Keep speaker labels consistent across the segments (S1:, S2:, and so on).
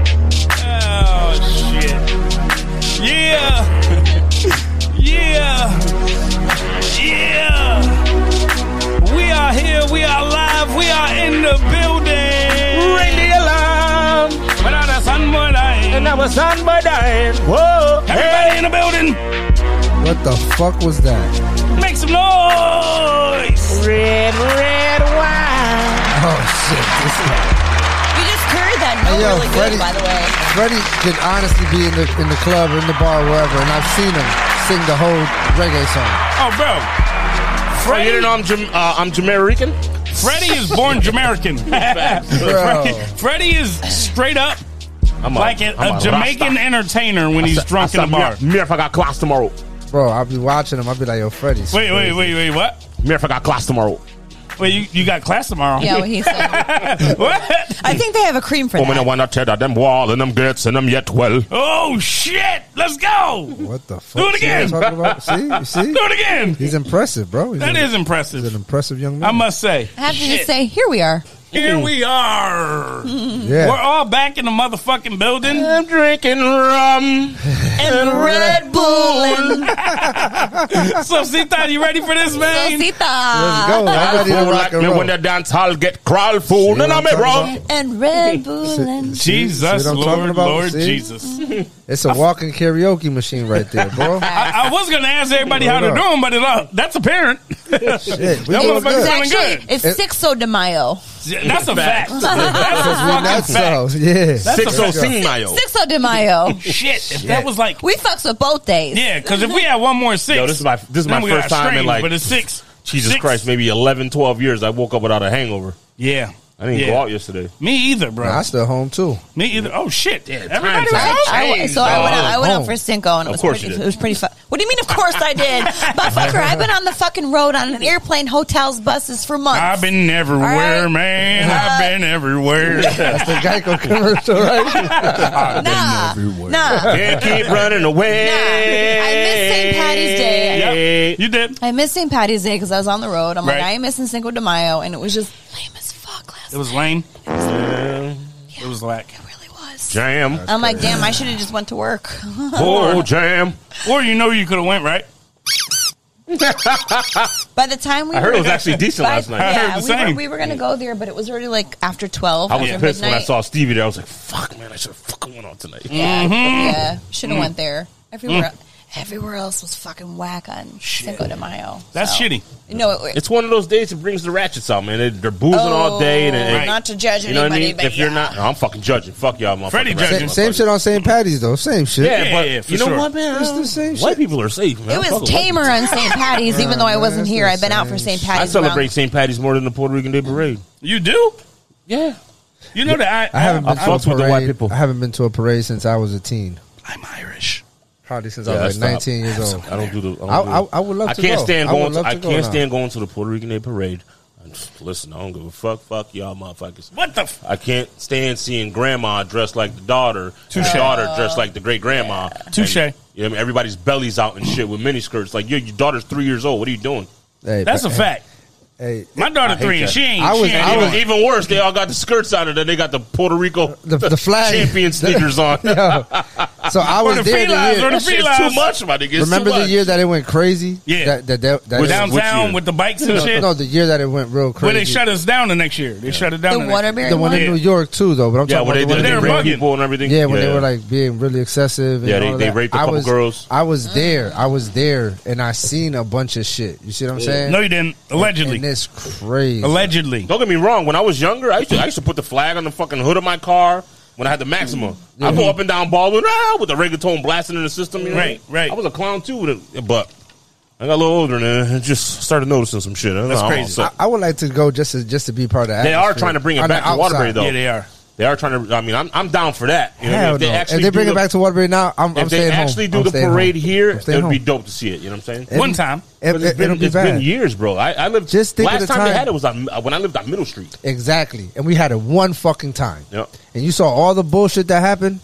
S1: Oh shit. Yeah. yeah. Yeah. We are here. We are live. We are in the building.
S2: Ring the alarm,
S1: But on a Sunday
S2: and
S1: night,
S2: I was on my dying. Whoa,
S1: Everybody in the building,
S3: What the fuck was that?
S1: make some noise.
S2: red, red wine.
S3: Oh shit! This is,
S4: You just heard that note
S3: Hey, yo,
S4: really
S3: Freddie.
S4: good, by the way.
S3: Freddie could honestly be in the in the club or in the bar or wherever, and I've seen him sing the whole reggae song.
S1: Oh, bro.
S2: Oh, you didn't know I'm Jam- uh, I'm Jamaican.
S1: Freddie is born Jamaican. Freddie, Freddie is straight up
S2: I'm
S1: like a,
S2: I'm
S1: a Jamaican
S2: Rasta.
S1: entertainer when he's drunk in
S2: I
S1: the bar.
S2: said, "Mir- Mir if I got class tomorrow.
S3: Bro, I'll be watching him. I'll be like, Yo, Freddie's
S1: Wait, wait, wait, wait. What?
S2: Mir if I got class tomorrow.
S1: Wait, you, you got class tomorrow?
S4: Yeah, what he said.
S1: what?
S4: I think they have a cream for
S2: Women
S4: that.
S2: don't Oh, wanna tear them wall and them grits and them yet well.
S1: Oh shit! Let's go.
S3: What the fuck?
S1: it
S3: See what
S1: again.
S3: I'm talking about? See, you
S1: Do
S3: see,
S1: it again.
S3: he's impressive, bro. He's
S1: That
S3: an,
S1: is
S3: he's an
S1: impressive.
S3: impressive young man.
S1: I must say.
S4: I have to
S1: Shit.
S4: just say, here we are.
S1: Here we are. We're
S3: yeah,
S1: all back in the motherfucking building.
S2: I'm drinking rum.
S4: And Red Bull and
S1: So, Sita, you ready for this, man?
S3: let's
S4: Rosita.
S3: go. I'm ready to
S2: Fool
S3: rock
S2: like
S3: and
S2: me
S3: roll.
S2: when the dance hall get crawl fool.
S3: See
S2: And
S3: what
S2: I'm
S3: I'm
S2: a
S3: talking
S2: rum.
S3: about?
S4: And Red Bull and
S3: See-
S1: Jesus,
S3: see what I'm talking
S1: Lord,
S3: about?
S1: Lord
S3: See?
S1: Jesus.
S3: It's a walking karaoke machine right there, bro.
S1: I, I was gonna ask everybody how they're
S3: Hold up.
S1: doing, but it, uh, that's apparent.
S3: Shit, we
S1: That
S3: doing
S1: motherfucker's
S3: good.
S1: feeling
S4: Actually,
S1: good.
S4: it's
S3: It-
S4: Sixo de Mayo.
S1: That's a fact. That's
S3: That's
S1: a fucking fact.
S3: so, yeah.
S2: Six oh sing mayo.
S4: Sixo de Mayo.
S1: Shit, if that was like,
S4: We fucks with both days.
S1: yeah, because if we had one more six,
S2: Yo, this is my this is
S1: then
S2: my
S1: we
S2: first
S1: got a
S2: time in
S1: strain,
S2: like
S1: but it's six.
S2: Jesus
S1: Six.
S2: Christ, maybe 11, 12 years. I woke up without a hangover.
S1: Yeah,
S2: I didn't
S1: Yeah.
S2: go out yesterday.
S1: Me either, bro.
S3: I still home too.
S1: Me either. Oh shit! Everybody
S2: times
S1: was
S2: have
S1: home?
S4: I, I-
S2: Jeez,
S4: so I went, out, I went
S3: oh.
S4: out for Cinco, and it
S2: Of
S4: was
S2: course
S4: pretty,
S2: you did.
S4: it was pretty fun. What do you mean? Of course I did, but fucker, I've been on the fucking road on an airplane, hotels, buses for months.
S1: I've been everywhere,
S4: All right.
S1: man. I've been everywhere.
S3: That's the Geico commercial, right?
S4: nah, nah.
S2: Can't keep running away.
S4: Nah, I miss St. Patty's Day.
S1: Yep, you did.
S4: I missed St. Patty's Day because I was on the road. I'm
S1: Right.
S4: like, I ain't missing Cinco de Mayo, and it was just lame as fuck last
S1: It
S4: night.
S1: was lame. It was like,
S4: It really was.
S2: Jam.
S4: I'm like, damn, I should have just went to work.
S2: Oh, jam.
S1: or you know, you could have went right.
S4: by the time we,
S2: I heard it was
S4: were,
S2: actually decent
S4: by-
S2: last night.
S1: I heard
S4: Yeah,
S1: the
S4: we were,
S1: same.
S4: we were gonna go there, but it was already like after twelve.
S2: I was
S4: after
S2: pissed when I
S4: midnight.
S2: saw Stevie there. I was like, fuck, man, I should have fucking went out tonight.
S4: Yeah,
S3: Mm-hmm.
S1: Mm-hmm.
S4: yeah, should have went
S2: Mm.
S4: there. Everywhere, everywhere else was fucking whack on Cinco de Mayo.
S1: That's
S4: so.
S1: shitty.
S4: No, it,
S2: It's one of those days that brings the ratchets out, man. They, they're boozing all day. And, and-
S4: Oh, not to judge
S2: You know what I
S4: anybody,
S2: mean?
S4: but
S2: If you're
S4: yeah.
S2: not, I'm fucking judging. Fuck y'all, motherfucker.
S1: Freddie judging.
S3: Same, same shit on St. Patty's though. Same shit.
S2: Yeah,
S1: Yeah,
S2: but
S1: yeah, for
S2: you know
S1: sure.
S2: what, man?
S3: It's the same
S2: White
S3: shit.
S2: people are safe, man.
S4: it
S2: Fuck
S4: was
S2: white people.
S4: tamer on St. Patty's, even though I
S3: man,
S4: wasn't
S3: that's
S4: here.
S3: the
S4: I've been out for
S3: same
S4: St.
S3: shit.
S2: I
S4: Patty's. around-
S2: celebrate St. Patty's more than the Puerto Rican Day Parade.
S1: You do?
S2: Yeah.
S1: You know that I, oh,
S3: I haven't been
S2: I
S3: to a
S2: fucks with the
S3: parade.
S2: white people.
S3: I haven't been to a parade since I was a teen.
S1: I'm Irish.
S3: Probably since
S2: Yeah,
S3: I
S2: I
S3: was
S2: stopped.
S3: like 19 years old.
S2: I don't do the. I, don't
S3: I-
S2: do
S3: I- I would love
S2: I
S3: to
S2: can't
S3: go.
S2: stand
S3: I would
S2: going. To,
S3: love
S2: I
S3: to go
S2: can't
S3: now.
S2: stand going to the Puerto Rican Day Parade. I'm just, listen, I don't give a fuck. Fuck y'all, motherfuckers.
S1: What the? F-
S2: I can't stand seeing grandma dressed like the daughter, and
S1: Touche.
S2: daughter dressed like the great grandma.
S1: Touche.
S2: And, You know, what I mean? everybody's bellies out and shit with miniskirts. Like your, your daughter's three years old. What are you doing?
S3: Hey,
S1: that's a
S3: but-
S1: fact.
S3: Hey,
S1: My daughter
S2: hate
S1: three, and
S2: that.
S1: she ain't.
S3: I was-
S1: she ain't
S3: I
S1: even-
S2: Even, even worse, they all got the skirts on, and then they got the Puerto Rico
S3: the, the flag.
S2: champion sneakers on.
S3: Yo, so I
S1: Or
S3: was
S1: the felines,
S3: there the
S1: or the
S3: year.
S2: That shit's too
S1: Realize-
S2: much, my nigga. It's
S3: Remember
S2: too
S3: the
S2: much.
S3: year that it went crazy?
S1: Yeah.
S3: That, that, that, that
S2: Which-
S3: that-
S1: downtown
S2: year?
S1: with the bikes and shit.
S3: uh, no, the year that it went real crazy.
S1: Where they shut us down the next year. They shut it down.
S4: the
S1: The, next year.
S4: Waterbury
S3: the one in
S1: Yeah.
S3: New York too, though. But I'm
S2: Yeah,
S3: talking
S2: when they
S3: about
S2: did
S3: the
S2: they
S1: They're
S3: one in New
S2: raped
S3: York.
S1: bugging.
S2: people and everything.
S3: Yeah, when they were like being really excessive. And
S2: Yeah, they-
S3: all of
S2: they
S3: that.
S2: raped a
S3: I
S2: couple
S3: was,
S2: girls.
S3: I was there. I was there, and I seen a bunch of shit. You see what I'm saying?
S1: No, you didn't.
S3: And
S1: Allegedly.
S3: it's crazy.
S1: Allegedly.
S2: Don't get me wrong. When I was younger, I used to I used to put the flag on the fucking hood of my car. When I had the Maxima, I
S3: Mm-hmm.
S2: go up and down Baldwin ah, with the reggaeton blasting in the system. You know?
S1: Right, right.
S2: I was a clown too, with it, but I got a little older and then just started noticing some shit. I don't
S1: That's
S2: know,
S1: crazy.
S2: so-
S3: I, I would like to go just to just to be part of. The
S2: They are
S3: atmosphere.
S2: trying to bring it
S3: On the
S2: back to Waterbury,
S3: outside.
S2: though.
S1: Yeah, they are.
S2: They are trying to. I mean, I'm, I'm down for that. You know what I mean?
S3: Hell
S2: If they
S3: no.
S2: actually
S3: If they
S2: do
S3: bring
S2: the-
S3: it back to Waterbury now, I'm,
S2: If
S3: I'm
S2: they
S3: staying home.
S2: actually do
S3: I'm
S2: the
S3: staying home.
S2: parade here,
S3: I'm
S2: it
S3: staying
S2: would be
S3: home.
S2: dope to see it. You know what I'm saying?
S3: It-
S1: One time.
S3: It,
S2: But it's
S3: it,
S2: been,
S3: will be
S2: it's been
S3: bad.
S2: years, bro. I, I lived.
S3: Just think of the
S2: last time, they
S3: time.
S2: had it was on, when I lived on Middle Street.
S3: Exactly. And we had it one fucking time.
S2: Yeah.
S3: And you saw all the bullshit that happened,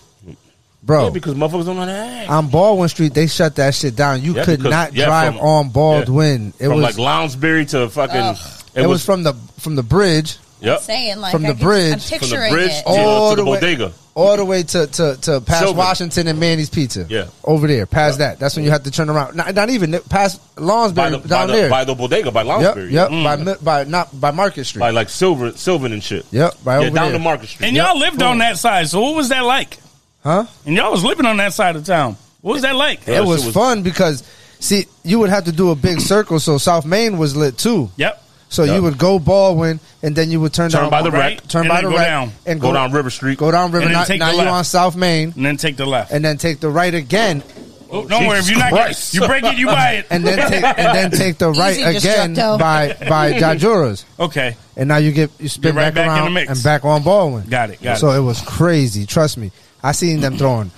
S3: bro. Oh.
S2: Yeah, because motherfuckers don't know that.
S3: on Baldwin Street, they shut that shit down. You
S2: Yeah,
S3: could
S2: because-
S3: not
S2: yeah,
S3: drive
S2: from-
S3: on Baldwin.
S2: yeah.
S3: It
S2: from
S3: was
S2: like Lounsbury to fucking.
S4: Ugh.
S3: it, was, from the from the bridge
S2: yep,
S4: Saying like
S3: From
S4: I
S3: the
S4: could-
S3: bridge.
S4: I'm
S3: From
S2: from
S4: picturing
S2: the bridge Oh,
S3: All
S2: to, to
S4: it.
S2: the
S3: the way-
S2: bodega.
S3: all the way to to, to past
S2: Sylvan.
S3: Washington and Manny's Pizza.
S2: Yeah.
S3: over there, past that. That's when you have to turn around. Not, not even past
S2: By
S3: Lawnsbury
S2: the, by,
S3: down
S2: the,
S3: there.
S2: by the bodega, by
S3: yep,
S2: Lounsbury.
S3: yep. By mi- by not by Market Street.
S2: By like Silver, Sylvan and shit.
S3: Yep, right
S2: yeah,
S3: over
S2: down
S3: there.
S2: to Market Street.
S1: And y'all lived on that side, so what was that like?
S3: huh?
S1: And y'all was living on that side of town. What was that like?
S2: Yeah.
S3: it
S2: shit
S3: was,
S2: was-
S3: fun because see you would have to do a big circle so south main was lit too
S1: Yep.
S3: so
S2: Yeah.
S3: you would go baldwin and then you would turn,
S2: Turn
S3: down
S2: by the
S3: right,
S2: rec,
S3: turn
S1: and
S3: by
S1: then
S3: the
S1: go
S3: right
S1: down.
S3: and
S2: Go down River Street.
S3: go down river
S1: and then
S3: now,
S1: take the
S3: now you're
S1: left.
S3: on south main
S1: And then take the left.
S3: and then take the right again
S1: Oh, don't worry, if
S2: Jesus
S1: you're not
S2: Christ.
S1: getting, you break it, you buy it.
S3: and then take and then take the right again
S4: Destructo.
S3: by by Jajuras.
S1: Okay,
S3: and now you get you spin
S1: Get right back
S3: back,
S1: in
S3: around
S1: the mix.
S3: and back on Baldwin.
S1: Got it, got it.
S3: so it. was crazy. Trust me, I seen them throwing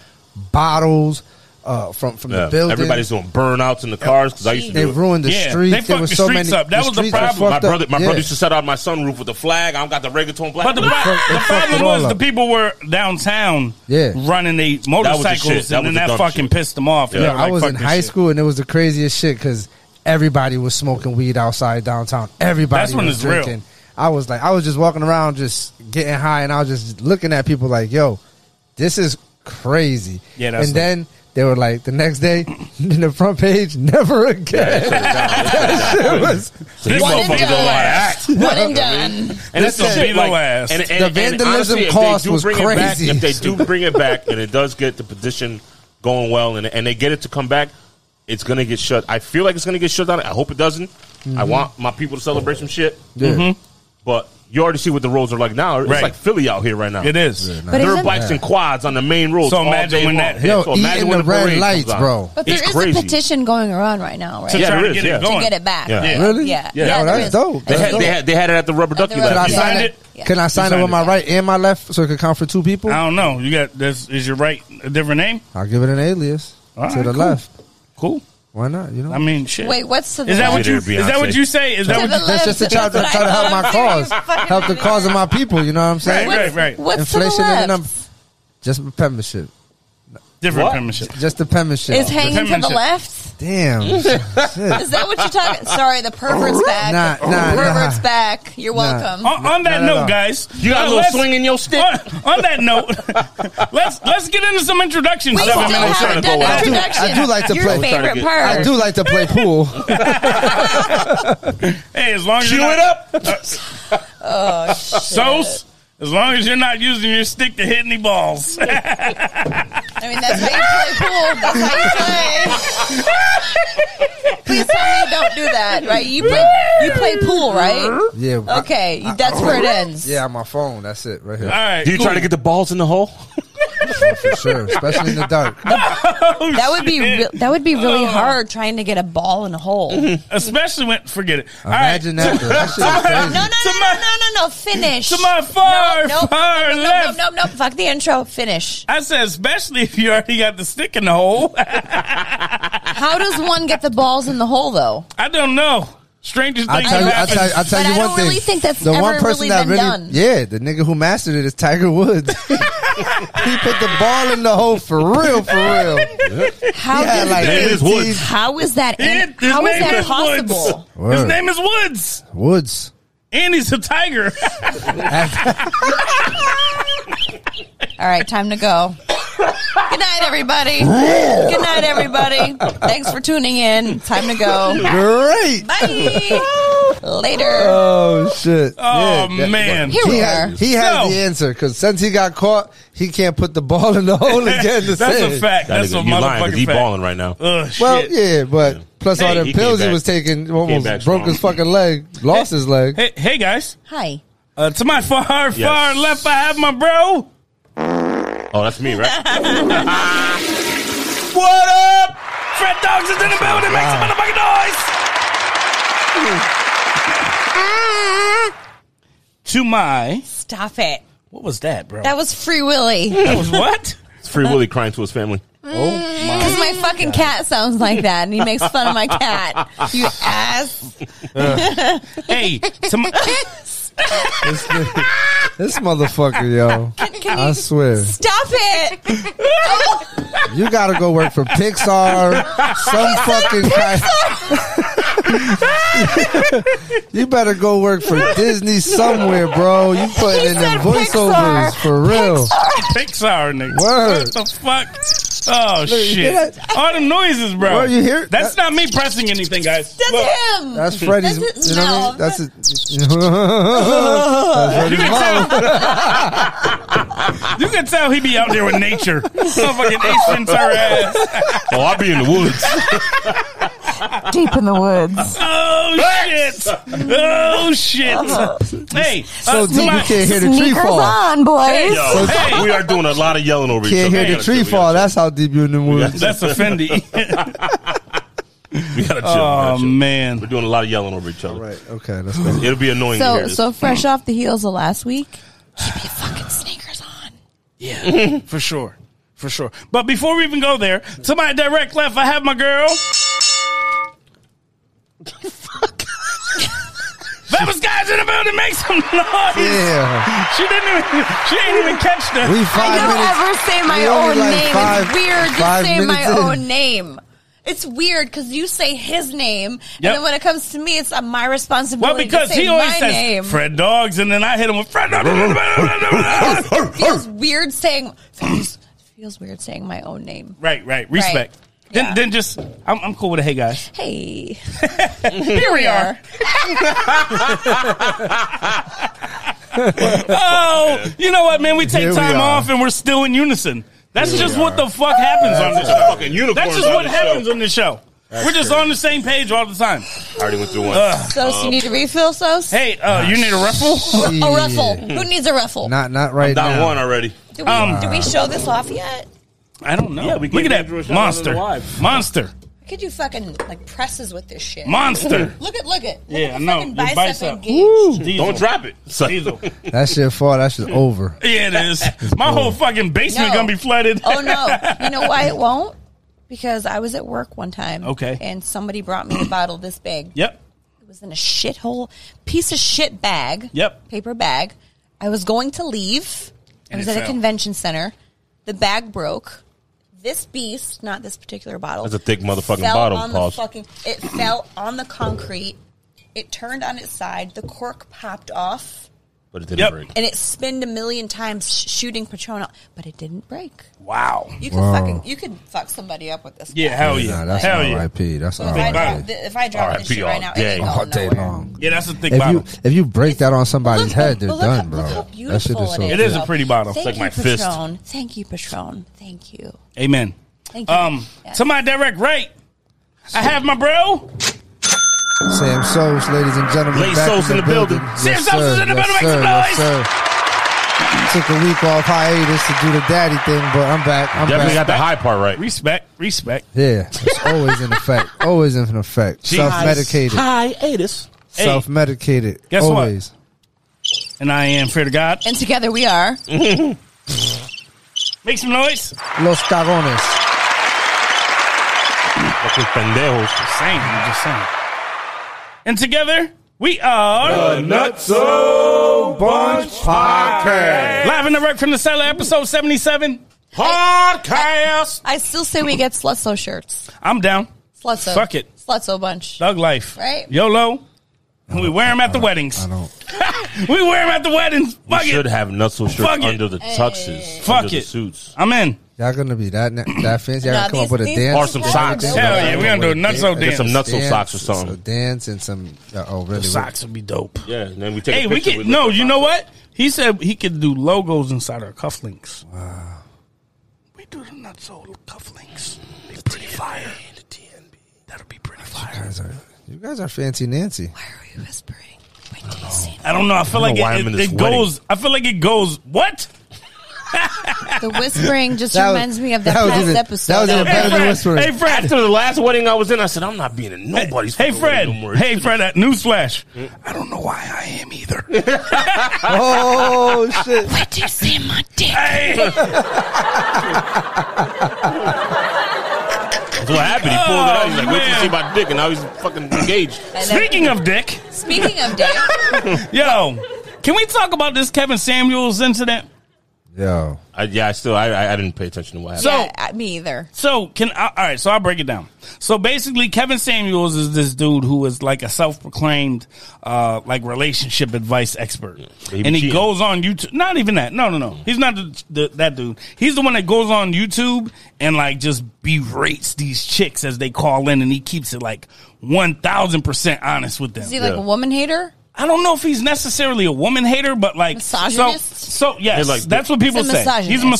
S3: bottles uh, from from
S2: Yeah.
S3: the building.
S2: Everybody's doing burnouts in the cars because I used to
S3: They
S2: do it.
S3: ruined the
S1: Yeah,
S3: streets.
S1: they
S3: there
S1: fucked
S3: was
S1: the
S3: so
S1: streets
S3: many.
S1: up. That was the
S3: streets were
S1: problem.
S3: fucked
S2: My
S3: up.
S2: brother, my
S3: Yeah.
S2: brother used to set out my sunroof with the flag. I don't got the reggaeton flag.
S1: but the,
S2: That
S1: pro- the
S3: fucked it
S1: problem
S3: all
S1: was
S3: up.
S1: the people were downtown,
S3: Yeah.
S1: running they motorcycles,
S2: shit. That
S1: and
S2: was
S1: then
S2: the
S1: that
S2: dumb
S1: fucking
S2: shit.
S1: pissed them off. And
S2: Yeah,
S1: they were
S3: I
S1: like,
S3: was
S1: "Fuck
S3: in
S1: this
S3: high
S1: shit."
S3: school and it was the craziest shit because everybody was smoking weed outside downtown. Everybody
S1: That's when
S3: was
S1: it's real.
S3: drinking. I was like, I was just walking around, just getting high, and I was just looking at people like, "Yo, this is crazy."
S1: Yeah, that's
S3: and then they were like, the next day, in the front page, never again. that shit was
S2: So you
S1: This
S4: One and
S2: motherfuckers
S1: motherfucker
S2: don't know how to
S4: done.
S2: act.
S4: One and done.
S2: And
S1: This
S2: that's
S1: will
S2: the
S1: be
S2: shit,
S1: the
S2: like,
S1: last.
S2: And, and,
S3: The
S2: and
S3: vandalism
S2: honestly, if they
S3: cost
S2: do
S3: was
S2: bring it back-
S3: crazy.
S2: If they do bring it back and it does get the petition going well and, and they get it to come back, it's going to get shut. I feel like it's going to get shut down. I hope it doesn't. I want my people to celebrate some shit.
S3: Mm-hmm. Yeah.
S2: But you already see what the roads are like now. It's
S1: Mm-hmm. Right.
S2: like Philly out here right now.
S1: It is.
S4: But
S2: Dirt
S4: isn't-
S2: bikes and quads on the main roads.
S1: So
S2: all
S1: imagine
S2: day
S1: when
S2: long.
S1: that hits.
S3: yo
S2: So
S3: eating
S2: imagine when
S3: the
S2: parade
S3: red
S2: comes
S3: lights,
S2: on.
S3: bro.
S4: But there
S2: It's
S4: is
S2: crazy.
S4: a petition going around right now, right?
S1: To
S2: Yeah,
S1: try
S2: there
S1: to
S2: is,
S1: get
S2: yeah.
S1: it
S4: to
S1: going.
S4: get it back.
S2: Yeah.
S4: right?
S3: Really?
S4: Yeah.
S3: Yeah.
S4: yeah
S3: Oh,
S4: there
S3: that's
S4: is.
S3: dope.
S2: They
S3: That's
S2: had,
S3: dope.
S2: they, had, they had it at the rubber ducky
S4: Can
S3: Can I
S2: last
S4: You
S2: year.
S3: sign
S1: signed
S3: it?
S4: it?
S3: Can I sign it
S1: signed
S3: with
S1: it.
S3: my right and my left so it could count for two people?
S1: I don't know. You got this? Is your right a different name?
S3: I'll give it an alias
S1: All
S3: to
S1: right,
S3: the
S1: cool.
S3: left.
S1: Cool.
S3: Why not? You know,
S1: I mean, shit.
S4: Wait, what's to the
S1: Is that
S4: left?
S1: what you? Is
S2: Beyonce.
S1: that what you say? Is that
S4: To
S1: what?
S4: the
S1: You,
S4: left.
S3: That's just to try to,
S4: That's
S3: try to
S4: what
S3: help
S4: I
S3: my
S4: thought.
S3: cause,
S4: Fucking
S3: help the cause of my people. You know what I'm saying?
S1: Right, right, right.
S4: What's to
S3: Inflation
S4: the
S3: and
S4: left?
S3: um, just the penmanship,
S1: Different
S2: What?
S1: premiership.
S3: just the penmanship.
S4: Is hanging to the
S1: Penmanship.
S4: left?
S3: Damn,
S4: Is that what you're talking? Sorry, the pervert's back.
S3: Nah, nah,
S4: the pervert's
S3: nah.
S4: back. You're welcome.
S1: On, on that
S3: no,
S1: note,
S3: no.
S1: guys,
S2: You got a
S1: uh,
S2: little
S1: let's-
S2: swing in your stick.
S1: On, on that note, let's let's get into some introductions.
S4: We
S1: Seven
S4: still
S1: minutes
S2: trying
S4: haven't
S2: to
S4: done
S2: go out.
S4: the
S2: I do-
S4: introduction.
S3: I do like to
S4: Your
S3: play.
S4: favorite
S2: Trying to get-
S4: part.
S3: I do like to play pool.
S1: Hey, as long as
S2: Cue
S1: you're
S2: it
S1: not,
S2: up.
S4: Oh,
S1: Sos, as long as you're not using your stick to hit any balls.
S4: I mean, that's how you play pool. That's how you play. Please tell me you don't do that, right? You play, you play pool, right?
S3: Yeah. I-
S4: Okay, that's where it ends.
S3: yeah, on my phone. That's it right
S1: All
S3: here
S1: right.
S2: Do you
S1: cool.
S2: try to get the balls in the hole?
S3: for sure, especially in the dark.
S4: That would be re- that would be really hard trying to get a ball in a hole. No, no,
S1: Especially when forget it. All right.
S3: Imagine that. though. That shit is crazy.
S4: no, no,
S1: To
S4: no,
S1: my-
S4: no, no, no. Finish.
S1: To my far,
S4: no, nope,
S1: far
S4: no, no,
S1: left.
S4: no, no, no. Fuck the intro. Finish.
S1: I said, especially if you already got the stick in the hole.
S4: How does one get the balls in the hole though?
S1: I don't know. Strangest
S3: I
S1: things
S3: tell you, I
S1: happen.
S3: tell you, I tell
S4: But
S3: you one
S4: I don't
S3: thing.
S4: really think that's
S3: the one
S4: ever
S3: person
S4: really
S3: that
S4: been
S3: really,
S4: done.
S3: yeah, the nigga who mastered it is Tiger Woods. he put the ball in the hole for real, for real.
S4: How
S3: Yeah,
S4: does
S3: like
S2: Name is
S3: 18
S2: Woods.
S4: how is that
S1: He-
S4: in,
S1: his
S4: how
S1: name
S4: is that
S1: is Woods.
S4: possible?
S1: His
S3: Word.
S1: name is Woods,
S3: Woods.
S1: and he's a tiger.
S4: All right, time to go. Good night, everybody. Good night, everybody. Thanks for tuning in. Time to go.
S3: Great.
S4: Bye. Later.
S3: Oh shit!
S1: Oh
S3: Yeah, that-
S1: man,
S4: Here
S3: He
S4: we are.
S3: has, he has
S1: So-
S3: the answer because since he got caught, he can't put the ball in the hole again. To
S1: that's
S3: say
S1: a
S3: it.
S1: fact. That's a
S2: you lying
S1: motherfucking
S2: because he
S1: fact.
S2: balling right now.
S1: Ugh,
S3: Well,
S1: shit.
S3: yeah, but plus all
S2: Hey,
S3: them
S2: he
S3: pills
S2: came
S3: he was
S2: back.
S3: taking
S2: Came
S3: almost
S2: back
S3: broke
S2: strong.
S3: his fucking leg, lost his leg.
S1: Hey, hey guys,
S4: Hi.
S1: uh, to my far,
S2: Yes.
S1: far left, I have my bro.
S2: Oh, that's me, right?
S1: What up? Fred Dogs is in the building. Make some motherfucking noise. to my
S4: Stop it.
S1: What was that, bro?
S4: That was Free Willy.
S1: That was what?
S2: It's Free Willy crying to his family.
S1: Oh my!
S4: Because my fucking cat sounds like that, and he makes fun of my cat. You ass.
S1: Hey, some,
S3: This, this motherfucker, yo. I swear.
S4: Stop it.
S3: You gotta go work for Pixar. Some fucking you better go work for Disney somewhere, bro. You putting in them
S4: said
S3: voiceovers
S4: Pixar.
S3: for real.
S1: Pixar, nigga.
S3: Word.
S1: What the fuck? Oh
S3: hear
S1: shit!
S3: that?
S1: All them noises, bro.
S3: Bro, you hear-
S1: That's not me pressing anything, guys.
S4: That's
S1: Look,
S4: him.
S3: That's Freddie's.
S4: That's his
S3: you know
S4: mouth.
S3: what I mean? That's it. That's
S1: you
S3: Freddie's
S1: can
S3: mouth.
S2: Oh,
S1: tell. you can tell he be out there with nature. Motherfucking Ace Ventura ass.
S2: Oh, I'll be in the woods.
S4: Deep in the woods.
S1: Oh shit! Oh shit! hey,
S3: So
S1: uh,
S3: deep you
S1: somebody-
S3: can't hear the tree fall.
S4: boys.
S2: Yo, we are doing a lot of yelling over each
S3: Can't
S2: other.
S3: hear the tree fall. That's how deep you in the woods.
S1: That's a Fendi.
S2: We gotta chill. We gotta chill.
S1: oh
S2: We're
S1: man!
S2: doing a lot of yelling over each other.
S3: Right. Okay. Let's go.
S2: It'll be annoying. to hear
S4: So,
S2: this.
S4: so fresh off the heels of last week, keep your fucking sneakers on.
S1: Yeah, for sure, for sure. But before we even go there, to my direct left, I have my girl. Famous guys in the building, make some noise!
S3: Yeah.
S1: She didn't even, she didn't even catch that.
S3: We
S4: I
S3: five
S4: don't
S3: minutes.
S4: ever say my
S3: we only like five-
S4: own name. it's weird to
S3: five
S4: say my
S3: minutes in.
S4: own name. It's weird because you say his name, and
S1: Yep.
S4: then when it comes to me, it's uh, my responsibility.
S1: Well, because
S4: to say
S1: he always
S4: my
S1: says
S4: name.
S1: Fred Dogs, and then I hit him with Fred Dogs.
S4: It feels weird saying. Feels, feels weird saying my own name.
S1: right, right, respect. Then,
S4: Yeah.
S1: then just I'm, I'm cool with it. Hey guys,
S4: Hey,
S1: here we are. Oh, you know what, man? We take
S3: Here we
S1: time
S3: are.
S1: off, and we're still in unison. That's just what the fuck happens on this
S2: There's
S1: show.
S2: fucking unicorns
S1: That's just
S2: on
S1: what
S2: this
S1: happens
S2: show.
S1: on this show. we're just on the same page all the time.
S2: I already went through one.
S4: Sos, you need a refill, Sos?
S1: Hey, uh, you need a ruffle?
S4: a ruffle. Who needs a ruffle?
S3: Not not right
S2: Down
S3: now.
S2: one already.
S4: do, we,
S1: Um,
S4: do we show this off yet?
S1: I don't know.
S2: we
S1: Look
S2: gave
S1: at
S2: Andrew a
S1: that
S2: shout out
S1: monster,
S2: on the live.
S1: monster,
S4: Why Could you fucking like presses with this shit?
S1: monster.
S4: Look at look at look
S1: Yeah,
S4: at
S1: I
S4: the
S1: know.
S4: fucking
S1: Your
S4: bicep,
S1: bicep.
S4: engaged.
S1: Diesel.
S2: Don't drop it. So,
S1: Diesel.
S3: That shit fall. That shit over.
S1: Yeah, it is. My whole fucking basement
S4: No.
S1: gonna be flooded.
S4: Oh no! You know why it won't? Because I was at work one time.
S1: Okay.
S4: And somebody brought me a bottle this big.
S1: Yep.
S4: It was in a shithole piece of shit bag.
S1: Yep.
S4: Paper bag. I was going to leave. I
S1: And
S4: was
S1: it
S4: at a
S1: fell.
S4: convention center. The bag broke. This beast, not this particular bottle.
S2: That's a thick motherfucking
S4: fell
S2: bottle,
S4: On
S2: pause.
S4: the fucking, it fell on the concrete. It turned on its side. The cork popped off,
S2: but it didn't
S1: Yep.
S2: break.
S4: and it spinned a million times, sh- shooting Patron out, but it didn't break.
S1: Wow.
S4: You could
S3: Wow.
S4: fucking you could fuck somebody up with this.
S1: Yeah,
S4: guy.
S1: hell yeah.
S3: Nah, that's
S1: hell
S3: not
S1: yeah.
S3: RIP. That's
S4: So
S3: not
S4: if I drop
S3: RIP.
S4: th- if I drop this
S2: RIP
S4: shit
S2: all
S4: right now,
S2: day.
S4: it ain't going
S3: All day
S4: nowhere.
S3: long.
S1: Yeah, that's a thick
S3: If
S1: bottle.
S3: you if you break that on somebody's
S4: Look,
S3: head, they're
S4: look how-
S3: done,
S4: Look how
S3: bro. That shit
S4: beautiful
S3: is so.
S4: it is.
S1: It is a pretty bottle. It's
S4: Thank
S2: like
S4: you,
S2: my fist.
S4: Patron. Thank you, Patron. Thank you.
S1: Amen.
S4: Thank you.
S1: Um,
S4: Yeah.
S1: to my direct right, I have my bro. Ah.
S3: Sam Sos, ladies and gentlemen,
S2: Lay
S3: back
S2: Sos in the building.
S1: Sam Sos is in the building. Make some noise.
S3: sir. Took a week off hiatus to do the daddy thing, but I'm back. I'm
S2: Definitely got
S3: back.
S2: the high part right.
S1: Respect, respect.
S3: yeah, it's always in effect. Always in effect. Self medicated.
S1: Hiatus. Hey,
S3: Self medicated.
S1: guess what?
S3: always.
S1: and I am fear to God.
S4: And together we are.
S1: Make some noise.
S3: Los cagones.
S2: Fucking pendejos.
S1: Just saying, I'm just saying. And together we are
S5: Nutso Bunch Podcast.
S1: live and direct from the cellar, episode seventy-seven.
S2: Podcast.
S4: I still say we get Slutso shirts.
S1: I'm down.
S4: Slutso.
S1: Fuck it.
S4: Slutso bunch.
S1: Thug life.
S4: Right.
S1: YOLO. And we wear them at the weddings.
S3: I don't.
S1: We wear them at the weddings.
S2: We
S1: Fuck
S2: should
S1: it.
S2: have Nutso shirts
S1: Fuck it.
S2: under the tuxes.
S1: Fuck
S2: under The
S1: it.
S2: suits.
S1: I'm in.
S3: Y'all gonna be that that fancy? Y'all
S4: Nah,
S3: gonna come
S4: these-
S3: up with a
S4: these-
S3: dance?
S2: Or some socks.
S1: Hell yeah, we gonna do a nutso
S3: Get
S1: dance.
S2: some nutso
S3: Dance,
S2: socks or something.
S3: so dance and some. uh, oh, really?
S1: Socks would be dope.
S2: Yeah, and then we take.
S1: Hey,
S2: a
S1: we
S2: picture
S1: could
S2: with
S1: no.
S2: Nutso
S1: You know
S2: socks.
S1: what? He said he could do logos inside our cufflinks. Wow. We do the not so cufflinks. They pretty fire. The TNB. That'll be pretty fire.
S3: Guys are- You guys are fancy Nancy.
S4: Why are we whispering? Wait, do you see?
S1: I don't know. I feel like
S2: I don't know why I'm
S1: it,
S2: in
S1: it,
S2: this
S1: it goes. I feel like it goes. What?
S4: The whispering just
S3: That was-
S4: reminds me of that,
S3: that was
S4: last
S3: even-
S4: episode.
S3: that was even better than
S2: Fred,
S3: whispering.
S2: Hey, Fred, after the last wedding I was in, I said, I'm not being in nobody's
S1: Hey
S2: fucking
S1: Fred,
S2: wedding no more. Mm.
S1: hey Fred, that newsflash. I don't know why I am either.
S3: Oh shit!
S4: Did you see my dick?
S1: hey,
S2: That's what happened. He pulled it out. He's like, wait till you
S1: oh, man.
S2: see my dick. And now he's fucking engaged.
S1: speaking of dick,
S6: Speaking of dick,
S1: yo, can we talk about this Kevin Samuels incident?
S3: Yo,
S2: I, yeah, I still, I, I, I didn't pay attention to what happened.
S1: So-
S6: yeah, I- me either.
S1: So can I, all right. So I'll break it down. So basically, Kevin Samuels is this dude who is like a self-proclaimed uh, like relationship advice expert,
S2: he be
S1: and he
S2: cheating. Mm.
S1: goes on YouTube. Not even that. No, no, no. He's not the, the, that dude. He's the one that goes on YouTube and like just berates these chicks as they call in, and he keeps it like one thousand percent honest with them.
S4: Is he like
S2: Yeah.
S4: a woman hater?
S1: I don't know if he's necessarily a woman hater, but like
S4: Misogynist?
S1: So, so yes,
S2: They're like-
S1: that's what people
S4: He's a
S1: say. He's a misogynist.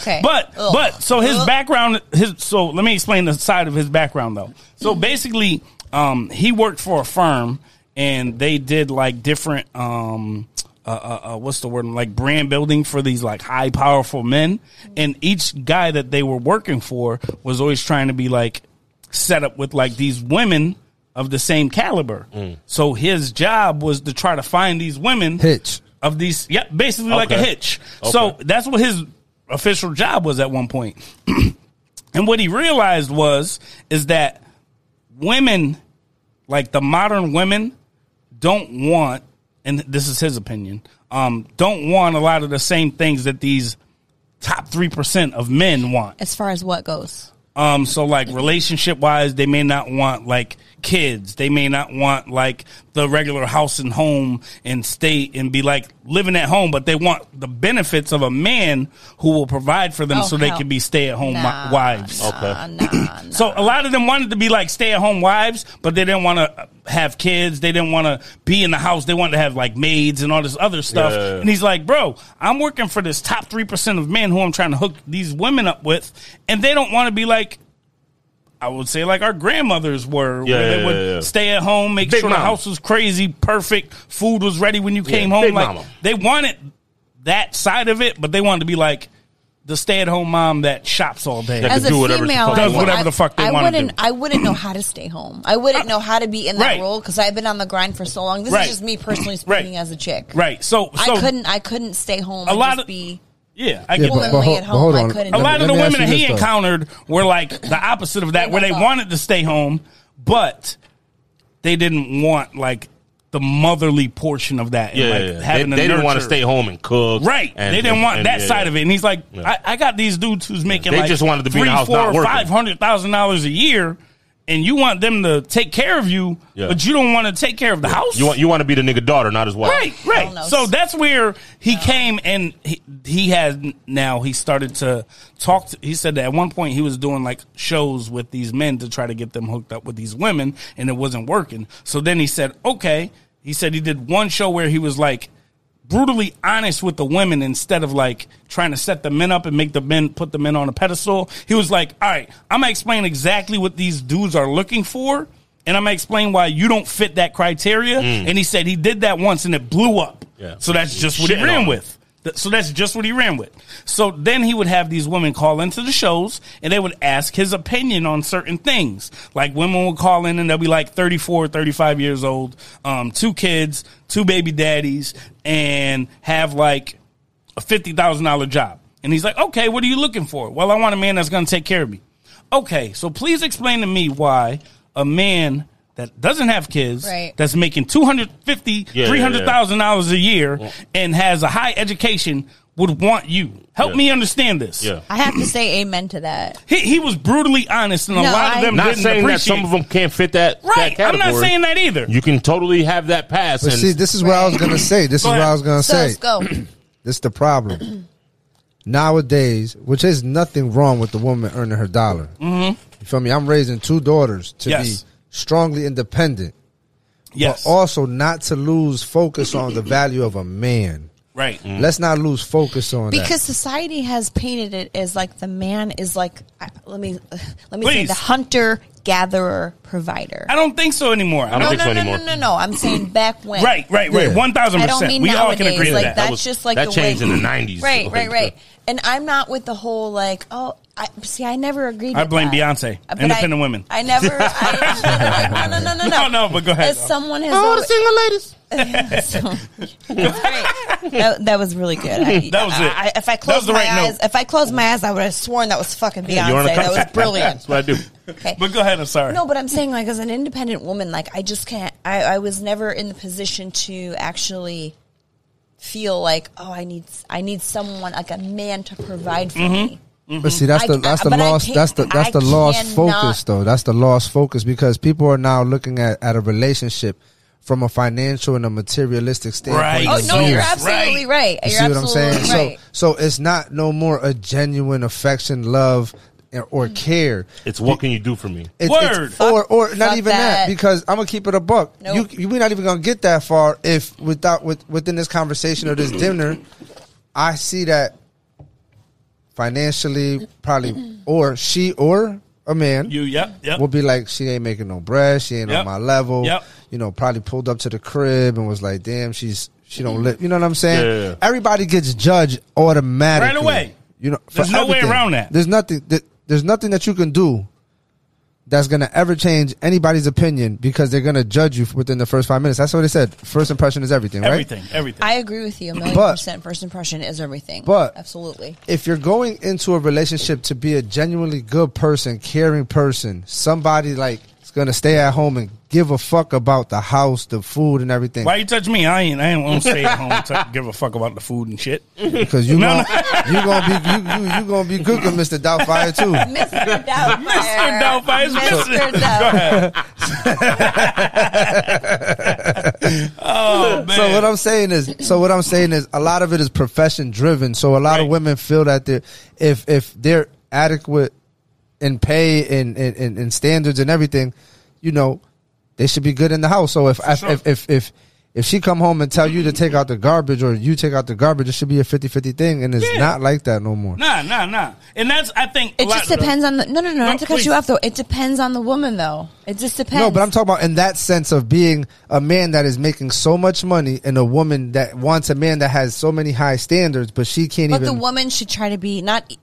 S4: misogynist. Okay.
S1: but
S4: Ugh.
S1: but so his
S4: Ugh.
S1: background, his so let me explain the side of his background though. So basically, um, he worked for a firm and they did like different um. Uh, uh, uh, what's the word? Like brand building for these like high powerful men, and each guy that they were working for was always trying to be like set up with like these women of the same caliber. So his job was to try to find these women
S3: Hitch.
S1: of these, yeah, basically like a
S2: Okay.
S1: hitch. So
S2: Okay.
S1: that's what his official job was at one point. and what he realized was is that women, like the modern women, don't want, and this is his opinion, um, don't want a lot of the same things that these top three percent of men want.
S4: As far as what goes?
S1: Um, so like relationship wise, they may not want like kids. They may not want like the regular house and home and stay and be like living at home, but they want the benefits of a man who will provide for them
S4: Oh,
S1: so they
S4: hell.
S1: can be stay at home
S4: Nah,
S1: wives.
S4: Nah, nah, nah.
S1: So a lot of them wanted to be like stay at home wives, but they didn't want to have kids. They didn't want to be in the house. They wanted to have like maids and all this other stuff.
S2: Yeah.
S1: And he's like, bro, I'm working for this top 3% of men who I'm trying to hook these women up with. And they don't want to be like, I would say like our grandmothers were,
S2: Yeah,
S1: where they
S2: yeah,
S1: would
S2: yeah, yeah.
S1: stay at home, make
S2: Big
S1: sure the
S2: mama.
S1: house was crazy, perfect, food was ready when you came home.
S2: big
S1: Like
S2: mama.
S1: they wanted that side of it, but they wanted to be like the stay at home mom that shops all day.
S2: That
S4: As
S2: can
S4: a
S2: do whatever she
S4: female,
S2: fucking
S4: I
S1: Does
S4: would-
S1: whatever the fuck they
S4: I
S1: wanna
S4: wouldn't.
S1: do.
S4: I wouldn't know how to stay home. I wouldn't know how to be in that
S1: Right.
S4: role because I've been on the grind for so long. This
S1: Right.
S4: is just me personally
S1: Right.
S4: speaking as a chick.
S1: Right. So, so
S4: I couldn't. I couldn't stay home.
S1: A
S4: and
S1: lot
S4: just
S1: of-
S4: be.
S1: Yeah, I
S3: Yeah,
S1: get
S4: Woman
S3: but,
S1: that.
S3: but,
S4: lay
S3: ho-
S4: at
S3: but
S4: home,
S3: hold
S4: I
S3: on.
S4: couldn't
S1: A
S4: let
S1: lot
S4: me-
S1: of the
S3: ask
S1: women
S3: you
S1: that he
S3: this, though.
S1: encountered were like the opposite of that, where they wanted to stay home, but they didn't want like the motherly portion of that. and,
S2: yeah,
S1: like,
S2: yeah, yeah.
S1: having
S2: they,
S1: to
S2: they didn't want to
S1: nurture.
S2: stay home and cook.
S1: Right,
S2: and-
S1: they didn't
S2: and-
S1: want
S2: and-
S1: that
S2: yeah,
S1: side of it, and he's like,
S2: Yeah.
S1: I, "I got these dudes who's making
S2: They
S1: like
S2: just wanted to be in
S1: three,
S2: the house,
S1: four,
S2: not working.
S1: five hundred thousand dollars a year, and you want them to take care of you,
S2: Yeah.
S1: but you don't want to take care of the house.
S2: You want you want to be the nigga daughter, not his wife.
S1: Right, right.
S4: Hell no.
S1: So that's where he came and he, he has now he started to talk. To, he said that at one point he was doing like shows with these men to try to get them hooked up with these women, and it wasn't working. So then he said, okay. He said he did one show where he was like brutally honest with the women instead of like trying to set the men up and make the men put the men on a pedestal. He was like, all right, I'm gonna explain exactly what these dudes are looking for and I'm gonna explain why you don't fit that criteria. And he said he did that once and it blew up.
S2: Yeah.
S1: So that's just what
S2: Shitting
S1: he ran
S2: on it.
S1: with. Th- So that's just what he ran with. So then he would have these women call into the shows and they would ask his opinion on certain things. Like women would call in and they'll be like 34, 35 years old, um, two kids, two baby daddies, and have like a fifty thousand dollar job. And he's like, okay, what are you looking for? Well, I want a man that's going to take care of me. Okay, so please explain to me why a man that doesn't have kids,
S4: Right.
S1: that's making two hundred fifty,
S2: Yeah,
S1: three hundred thousand dollars a year, and has a high education would want you. Help
S2: Yeah.
S1: me understand this.
S2: Yeah.
S4: I have to say amen to that.
S1: He, he was brutally honest, and a
S4: No,
S1: lot
S4: I-
S1: of them
S2: Not
S1: didn't
S2: saying that
S1: appreciate.
S2: some of them can't fit that.
S1: right,
S2: That
S1: I'm not
S2: category.
S1: saying that either.
S2: You can totally have that pass.
S3: But
S2: and
S3: see, this is what I was gonna say. This is
S1: Go
S3: what
S1: ahead.
S3: I was gonna
S4: So
S3: say.
S4: let's go.
S3: This the problem nowadays, which is nothing wrong with the woman earning her dollar. Mm-hmm. You feel me? I'm raising two daughters to
S1: Yes.
S3: be strongly independent,
S1: yes,
S3: but also not to lose focus on the value of a man.
S1: Right.
S3: Let's not lose focus on that.
S4: Because society has painted it as like the man is like I- let me let me say
S1: Please.
S4: the hunter gatherer provider.
S1: I don't think so anymore. I
S2: don't
S4: no,
S2: think
S4: no,
S2: so
S4: no,
S2: anymore.
S4: no, no, no. I'm saying back when.
S1: Right, right, right.
S3: Yeah.
S1: One thousand
S4: I don't
S1: percent.
S4: mean
S1: We all
S4: nowadays.
S1: can agree with
S4: like
S1: that.
S4: that's
S2: was-
S4: just like
S2: that
S4: the
S2: changed
S4: way,
S2: in the 90s.
S4: Right, right,
S2: Like,
S4: right. And I'm not with the whole like, oh, I see. I never agreed.
S1: I
S4: with
S1: blame
S4: that. Uh,
S1: Beyonce.
S4: But
S1: Independent
S4: I,
S1: women.
S4: I never. I, no, no, no, no, no,
S1: No, no, but go ahead.
S4: As someone has. All the single ladies. That, that was really good. I,
S1: That was it.
S4: I, I- if I
S1: That was
S4: closed
S1: the
S4: my
S1: right note.
S4: eyes, if I closed my eyes, I would have sworn that was fucking Beyonce.
S2: You're on a
S4: that was
S2: contract.
S4: brilliant.
S2: That's what I do.
S4: Okay.
S1: But go ahead. I'm sorry.
S4: No, but I'm saying like as an independent woman, like I just can't. I, I was never in the position to actually feel like oh I need I need someone like a man to provide for me.
S3: But see, that's
S4: I-
S3: the that's the
S4: but I
S3: lost
S4: can't-
S3: that's the that's the
S4: I
S3: lost
S4: cannot-
S3: focus though. That's the lost focus because people are now looking at, at a relationship from a financial and a materialistic standpoint.
S1: Right.
S3: of
S4: Oh no,
S3: view.
S4: you're absolutely right.
S3: You
S4: You're
S3: see what I'm
S4: absolutely
S3: saying?
S4: right.
S3: So so it's not no more a genuine affection, love, or-
S4: Mm.
S3: or care.
S2: It's what can you do for me?
S3: It's,
S1: Word.
S3: it's- or or not
S4: fuck
S3: even that.
S4: that.
S3: because I'm gonna keep it a buck.
S4: Nope.
S3: You, you we're not even gonna get that far if without with within this conversation or this dinner, I see that financially probably or she or a man
S1: You. Yep. Yep.
S3: will be like she ain't making no bread, she ain't
S1: Yep.
S3: on my level.
S1: Yep.
S3: You know, probably pulled up to the crib and was like, damn, she's she don't live. You know what I'm saying?
S2: Yeah, yeah, yeah.
S3: Everybody gets judged automatically
S1: Right away.
S3: You know, for
S1: There's no way
S3: everything.
S1: around that.
S3: There's nothing. That, there's nothing that you can do that's gonna ever change anybody's opinion because they're gonna judge you within the first five minutes. That's what they said. First impression is everything, right?
S1: everything. Everything.
S4: I agree with you a million
S3: But-
S4: percent. First impression is everything.
S3: But-
S4: absolutely,
S3: if you're going into a relationship to be a genuinely good person, caring person, somebody like is gonna stay at home and give a fuck about the house, the food, and everything.
S1: Why you touch me? I ain't. I ain't want to stay at home. and t- give a fuck about the food and shit.
S3: Because you
S1: No,
S3: gonna, you gonna be you, you, you gonna be good with Mr. Doubtfire too.
S4: Mr. Doubtfire.
S1: Mr. Doubtfire is
S4: Mr.
S1: missing.
S4: Doubtfire.
S1: Oh man.
S3: So what I'm saying is, so what I'm saying is, a lot of it is profession driven. So a lot of
S1: Right.
S3: women feel that they if if they're adequate in pay and and, and and standards and everything, you know, they should be good in the house. So if if,
S1: sure.
S3: if if if if she come home and tell you to take out the garbage or you take out the garbage, it should be a 50-50 thing, and it's
S1: Yeah.
S3: not like that no more.
S1: nah, nah, nah. And that's. I think. a
S4: It just
S1: lot-
S4: depends on the no no no, not to cut
S1: please.
S4: you off though. It depends on the woman though. It just depends.
S3: No, but I'm talking about in that sense of being a man that is making so much money and a woman that wants a man that has so many high standards, but she can't
S4: But
S3: even.
S4: the woman should try to be not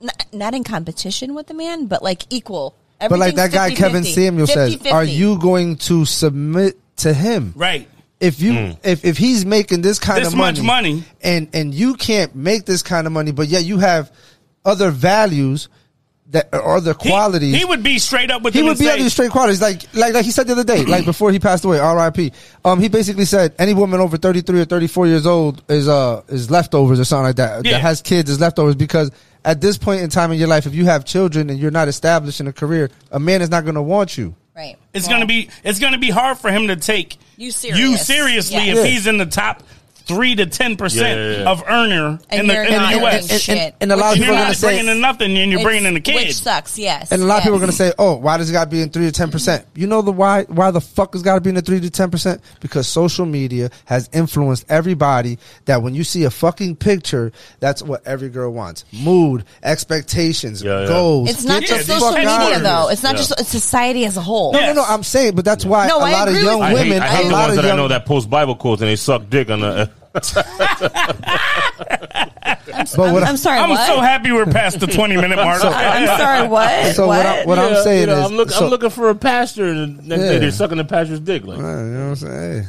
S4: not, not in competition with the man, but like equal.
S3: But like that
S4: Everything's
S3: guy
S4: 50-50.
S3: Kevin Samuel says,
S4: 50-50.
S3: are you going to submit to him?
S1: Right. Hmm.
S3: If you if if he's making this kind
S1: This
S3: of money,
S1: much money.
S3: and and you can't make this kind of money, but yet you have other values that or other
S1: He-
S3: qualities.
S1: He, would be straight up with.
S3: He
S1: them
S3: would
S1: and
S3: be
S1: say,
S3: other straight qualities, like like like he said the other day, like before he passed away, R.I.P. Um, he basically said any woman over thirty three or thirty four years old is uh is leftovers or something like that.
S1: Yeah.
S3: That has kids is leftovers because at this point in time in your life, if you have children and you're not established in a career, a man is not going to want you.
S4: Right.
S1: It's gonna be it's gonna be hard for him to take
S4: You serious.
S1: seriously
S4: Yeah.
S1: if
S3: Yeah.
S1: he's in the top three to ten percent
S2: Yeah, yeah, yeah.
S1: of earner
S4: And
S1: in the,
S4: you're
S1: in
S4: not
S1: the
S4: doing
S1: U.S.
S4: shit.
S3: And, and a lot of
S1: And you're
S3: people are going
S1: not
S3: to say,
S1: bringing in nothing, and you're
S4: It's-
S1: bringing in the
S4: Which
S1: kids.
S4: sucks, yes.
S3: and a lot of people are
S4: yes. Mm-hmm.
S3: going to say, "Oh, why does it got to be in three to ten percent?" You know the why? Why the fuck has got to be in the three to ten percent? Because social media has influenced everybody. That when you see a fucking picture, that's what every girl wants: mood, expectations,
S2: Yeah, yeah.
S3: goals.
S4: It's not
S3: Get
S4: just
S3: the
S1: these
S3: fuck
S4: social
S1: text
S3: out of
S4: media
S3: here.
S4: though. It's not
S2: Yeah.
S4: just it's society as a whole.
S3: No,
S1: Yes.
S3: no, no. I'm saying, but that's why
S4: No,
S3: a
S4: I
S3: lot of
S4: agree
S3: young
S4: with
S2: I
S4: you.
S3: women,
S2: hate, I hate
S3: a
S2: the
S3: lot
S2: ones
S3: of
S2: that I
S3: young,
S2: know that post Bible quotes and they suck dick on the. uh,
S3: but what
S4: I'm sorry,
S1: I'm
S4: what?
S1: so happy we're past the 20 minute mark.
S4: I'm sorry, what?
S3: So what I'm- what I'm saying is,
S2: I'm, look,
S3: so-
S2: I'm looking for a pastor, and the next
S3: Yeah.
S2: day they're sucking the pastor's dick. Like,
S3: Uh, you know what I'm saying?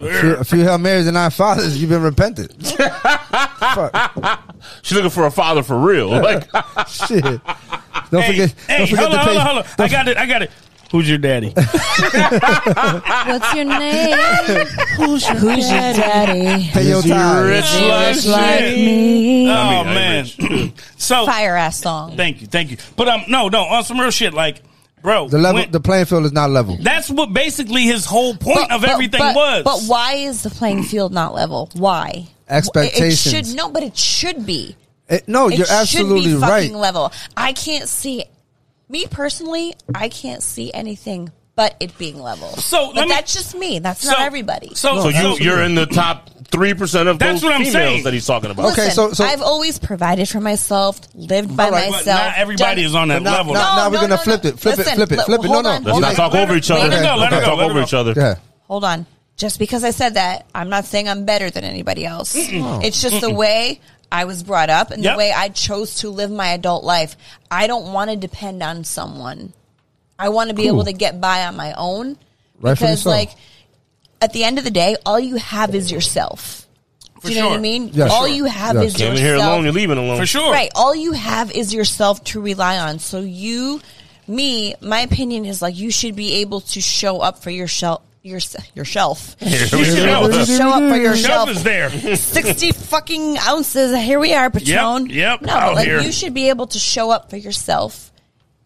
S3: Hey. A few, a few Hail Marys and nine fathers, you've been repented. Fuck.
S2: she's looking for a father for real. Like,
S3: Shit. Don't
S1: Hey,
S3: forget,
S1: hey,
S3: don't
S1: hold
S3: forget to
S1: on, hold
S3: pay.
S1: on, hold on. I got it. I got it. Who's your daddy?
S4: What's your name? Who's your, daddy?
S3: Pay your tithes.
S1: Rich like
S4: Just like
S1: shit.
S4: me.
S1: Oh
S2: I mean, I
S1: man. so
S4: Fire ass song.
S1: thank you, thank you. But um, no, no, on some real shit, like, bro,
S3: The level,
S1: when-
S3: the playing field is not level.
S1: that's what basically his whole point of everything
S4: but,
S1: was.
S4: But why is the playing field not level? Why?
S3: Expectations.
S4: It should no, but it should be.
S3: It- Eh, no,
S4: It
S3: you're
S4: should
S3: absolutely
S4: be fucking
S3: right.
S4: Level. I can't see. Me personally, I can't see anything but it being level.
S1: So, let
S4: but
S1: me-
S4: that's just me. That's
S1: So-
S4: not everybody.
S1: So,
S2: so you,
S1: so-
S2: you're in the top three percent of
S1: That's
S2: those
S1: what I'm
S2: females
S1: saying.
S2: that he's talking about.
S3: Okay,
S4: Listen,
S3: so- so-
S4: I've always provided for myself, lived by
S3: All right, but
S1: But
S4: myself.
S1: not everybody
S4: done-
S1: is on that
S3: Now,
S1: level.
S3: now,
S4: No,
S3: now we're
S4: no,
S3: gonna
S4: no,
S3: flip
S6: no.
S3: it, flip
S6: Listen,
S3: it, flip it,
S6: look,
S3: flip it. No,
S6: hold
S3: no,
S6: on,
S2: Let's
S6: hold
S2: not
S6: on.
S2: talk over each other.
S6: Let her go,
S1: let her go,
S2: Let's talk
S1: let her
S2: over
S1: go.
S2: each other.
S3: Yeah.
S4: Hold on. Just because I said that, I'm not saying I'm better than anybody else. It's just the way I was brought up and
S1: Yep.
S4: the way I chose to live my adult life. I don't want to depend on someone. I want to be able to get by on my own
S3: Rightfully
S4: because,
S3: so.
S4: like, at the end of the day, all you have is yourself. Do you know what I
S1: sure.
S4: mean?
S3: Yes.
S4: All
S3: Sure.
S4: you have
S3: Yes.
S4: is
S2: Came
S4: yourself.
S2: in here alone. You're leaving alone.
S1: for sure.
S4: Right. All you have is yourself to rely on. So you, me, my opinion is like you should be able to show up for your shelf. Your, your shelf.
S1: You should know.
S4: You should show up for your
S1: Shelf
S4: shelf.
S1: is there.
S4: 60 fucking ounces. Here we are, Patron.
S1: yep,
S4: No,
S1: out
S4: like
S1: here.
S4: you should be able to show up for yourself,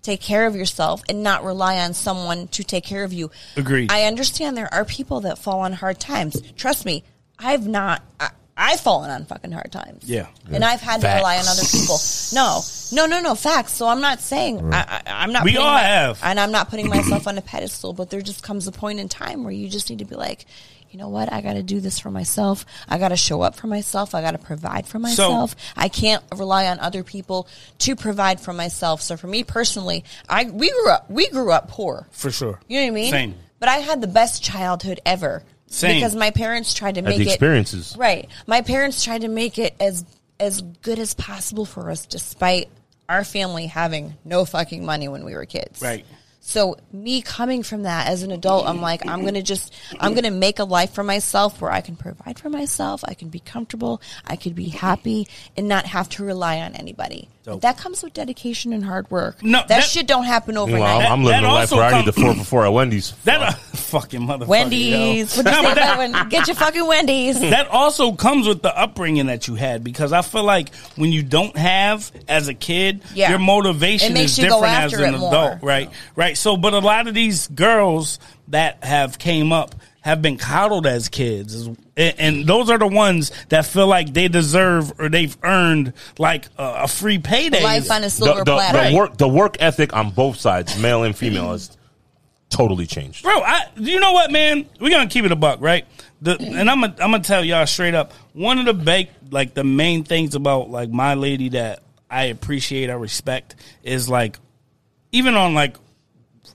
S4: take care of yourself, and not rely on someone to take care of you.
S1: Agreed.
S4: I understand there are people that fall on hard times. Trust me, I've not. I, I've fallen on fucking hard times.
S1: Yeah.
S4: And I've had to rely on other people. No, no, no, no. Facts. So I'm not saying I, I, I'm not.
S1: We
S4: putting
S1: all
S4: my-
S1: have.
S4: and I'm not putting myself on a pedestal, but there just comes a point in time where you just need to be like, you know what? I got to do this for myself. I got to show up for myself. I got to provide for myself. I can't rely on other people to provide for myself. So for me personally, I we grew up we grew up poor.
S1: For sure.
S4: You know what I mean?
S1: Same.
S4: But I had the best childhood ever.
S1: Same.
S4: Because my parents tried to
S2: Had
S4: make
S2: the
S4: it
S2: experiences.
S4: Right. My parents tried to make it as as good as possible for us despite our family having no fucking money when we were kids.
S1: Right.
S4: So me coming from that as an adult, I'm like, I'm gonna just, I'm gonna make a life for myself where I can provide for myself, I can be comfortable, I could be happy, and not have to rely on anybody. That comes with dedication and hard work.
S1: No,
S4: that,
S1: that-
S4: shit don't happen overnight.
S2: Meanwhile, I'm
S1: That-
S2: living
S1: that
S2: a life
S1: also
S2: where I need the
S1: come-
S2: four for four at Wendy's.
S1: That uh, fucking motherfucker.
S4: Wendy's,
S1: yo.
S4: What'd
S1: No,
S4: you say
S1: but that-
S4: about when- get your fucking Wendy's.
S1: that also comes with the upbringing that you had because I feel like when you don't have as a kid,
S4: Yeah.
S1: your
S4: It
S1: motivation
S4: makes
S1: is
S4: you go
S1: different as
S4: after
S1: an
S4: it more.
S1: adult, right? Right. So, but a lot of these girls that have came up have been coddled as kids, is- and, and those are the ones that feel like they deserve or they've earned like a, a free payday.
S4: Life on a
S2: The,
S4: silver
S2: the,
S4: platter.
S2: the work the work ethic on both sides, male and female, has totally changed.
S1: bro. I, you know what, man? We're gonna keep it a buck, right? The, and I'm gonna I'm gonna tell y'all straight up. One of the big, like the main things about like my lady that I appreciate, I respect is like, even on like,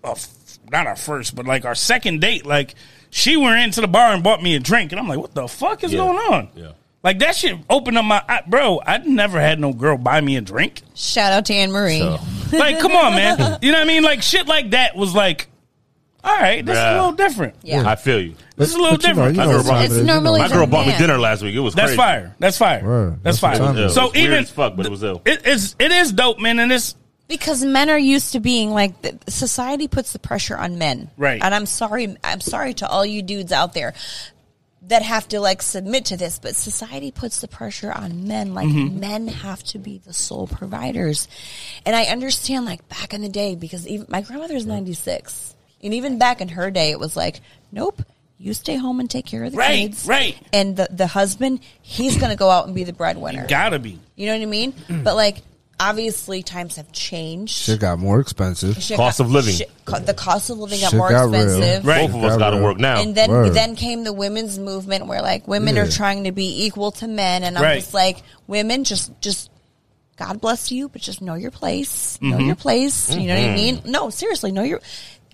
S1: a f not our first, but like our second date, like she went into the bar and bought me a drink, and I'm like, what the fuck is
S2: Yeah.
S1: going on?
S2: Yeah.
S1: Like that shit opened up my I, bro. I never had no girl buy me a drink.
S4: Shout out to Anne Marie.
S2: So,
S1: Like, come on, man. You know what I mean? Like shit like that was like, all right, this is a
S2: Bruh.
S1: little different.
S4: Yeah.
S2: I feel you.
S1: This is a little
S3: But you know-
S1: different.
S3: you know
S2: I grew
S3: what
S2: up
S3: time
S2: on-
S3: it is,
S4: It's
S3: you know.
S4: normally
S2: My girl
S4: a
S2: bought me
S4: man.
S2: dinner last week. It was
S1: That's
S2: crazy.
S1: fire. That's fire.
S3: Word.
S1: That's,
S3: That's what
S1: fire.
S3: time it is.
S2: It
S1: So
S2: was weird
S1: even
S2: as fuck, but it was ill.
S1: It is it is dope, man, and it's
S4: because men are used to being like th- society puts the pressure on men
S1: Right.
S4: and i'm sorry i'm sorry to all you dudes out there that have to like submit to this but society puts the pressure on men like
S1: Mm-hmm.
S4: men have to be the sole providers and i understand like back in the day because even my grandmother's 96 and even back in her day it was like nope you stay home and take care of the
S1: Right,
S4: kids
S1: right.
S4: and the, the husband he's gonna go out and be the breadwinner
S1: gotta be.
S4: you know what I mean? but like, obviously, times have changed.
S3: Shit got more expensive.
S4: Shit
S2: Cost of living.
S4: shit- co- the cost of living got
S3: Shit
S4: more
S3: got real.
S4: expensive.
S1: Right.
S2: Both of us got to work now.
S4: And then
S3: Word.
S4: then came the women's movement where like women
S3: Yeah.
S4: are trying to be equal to men and I'm
S1: Right.
S4: just like women just just God bless you but just know your place. Know your place. You know what I mean? No, seriously, know your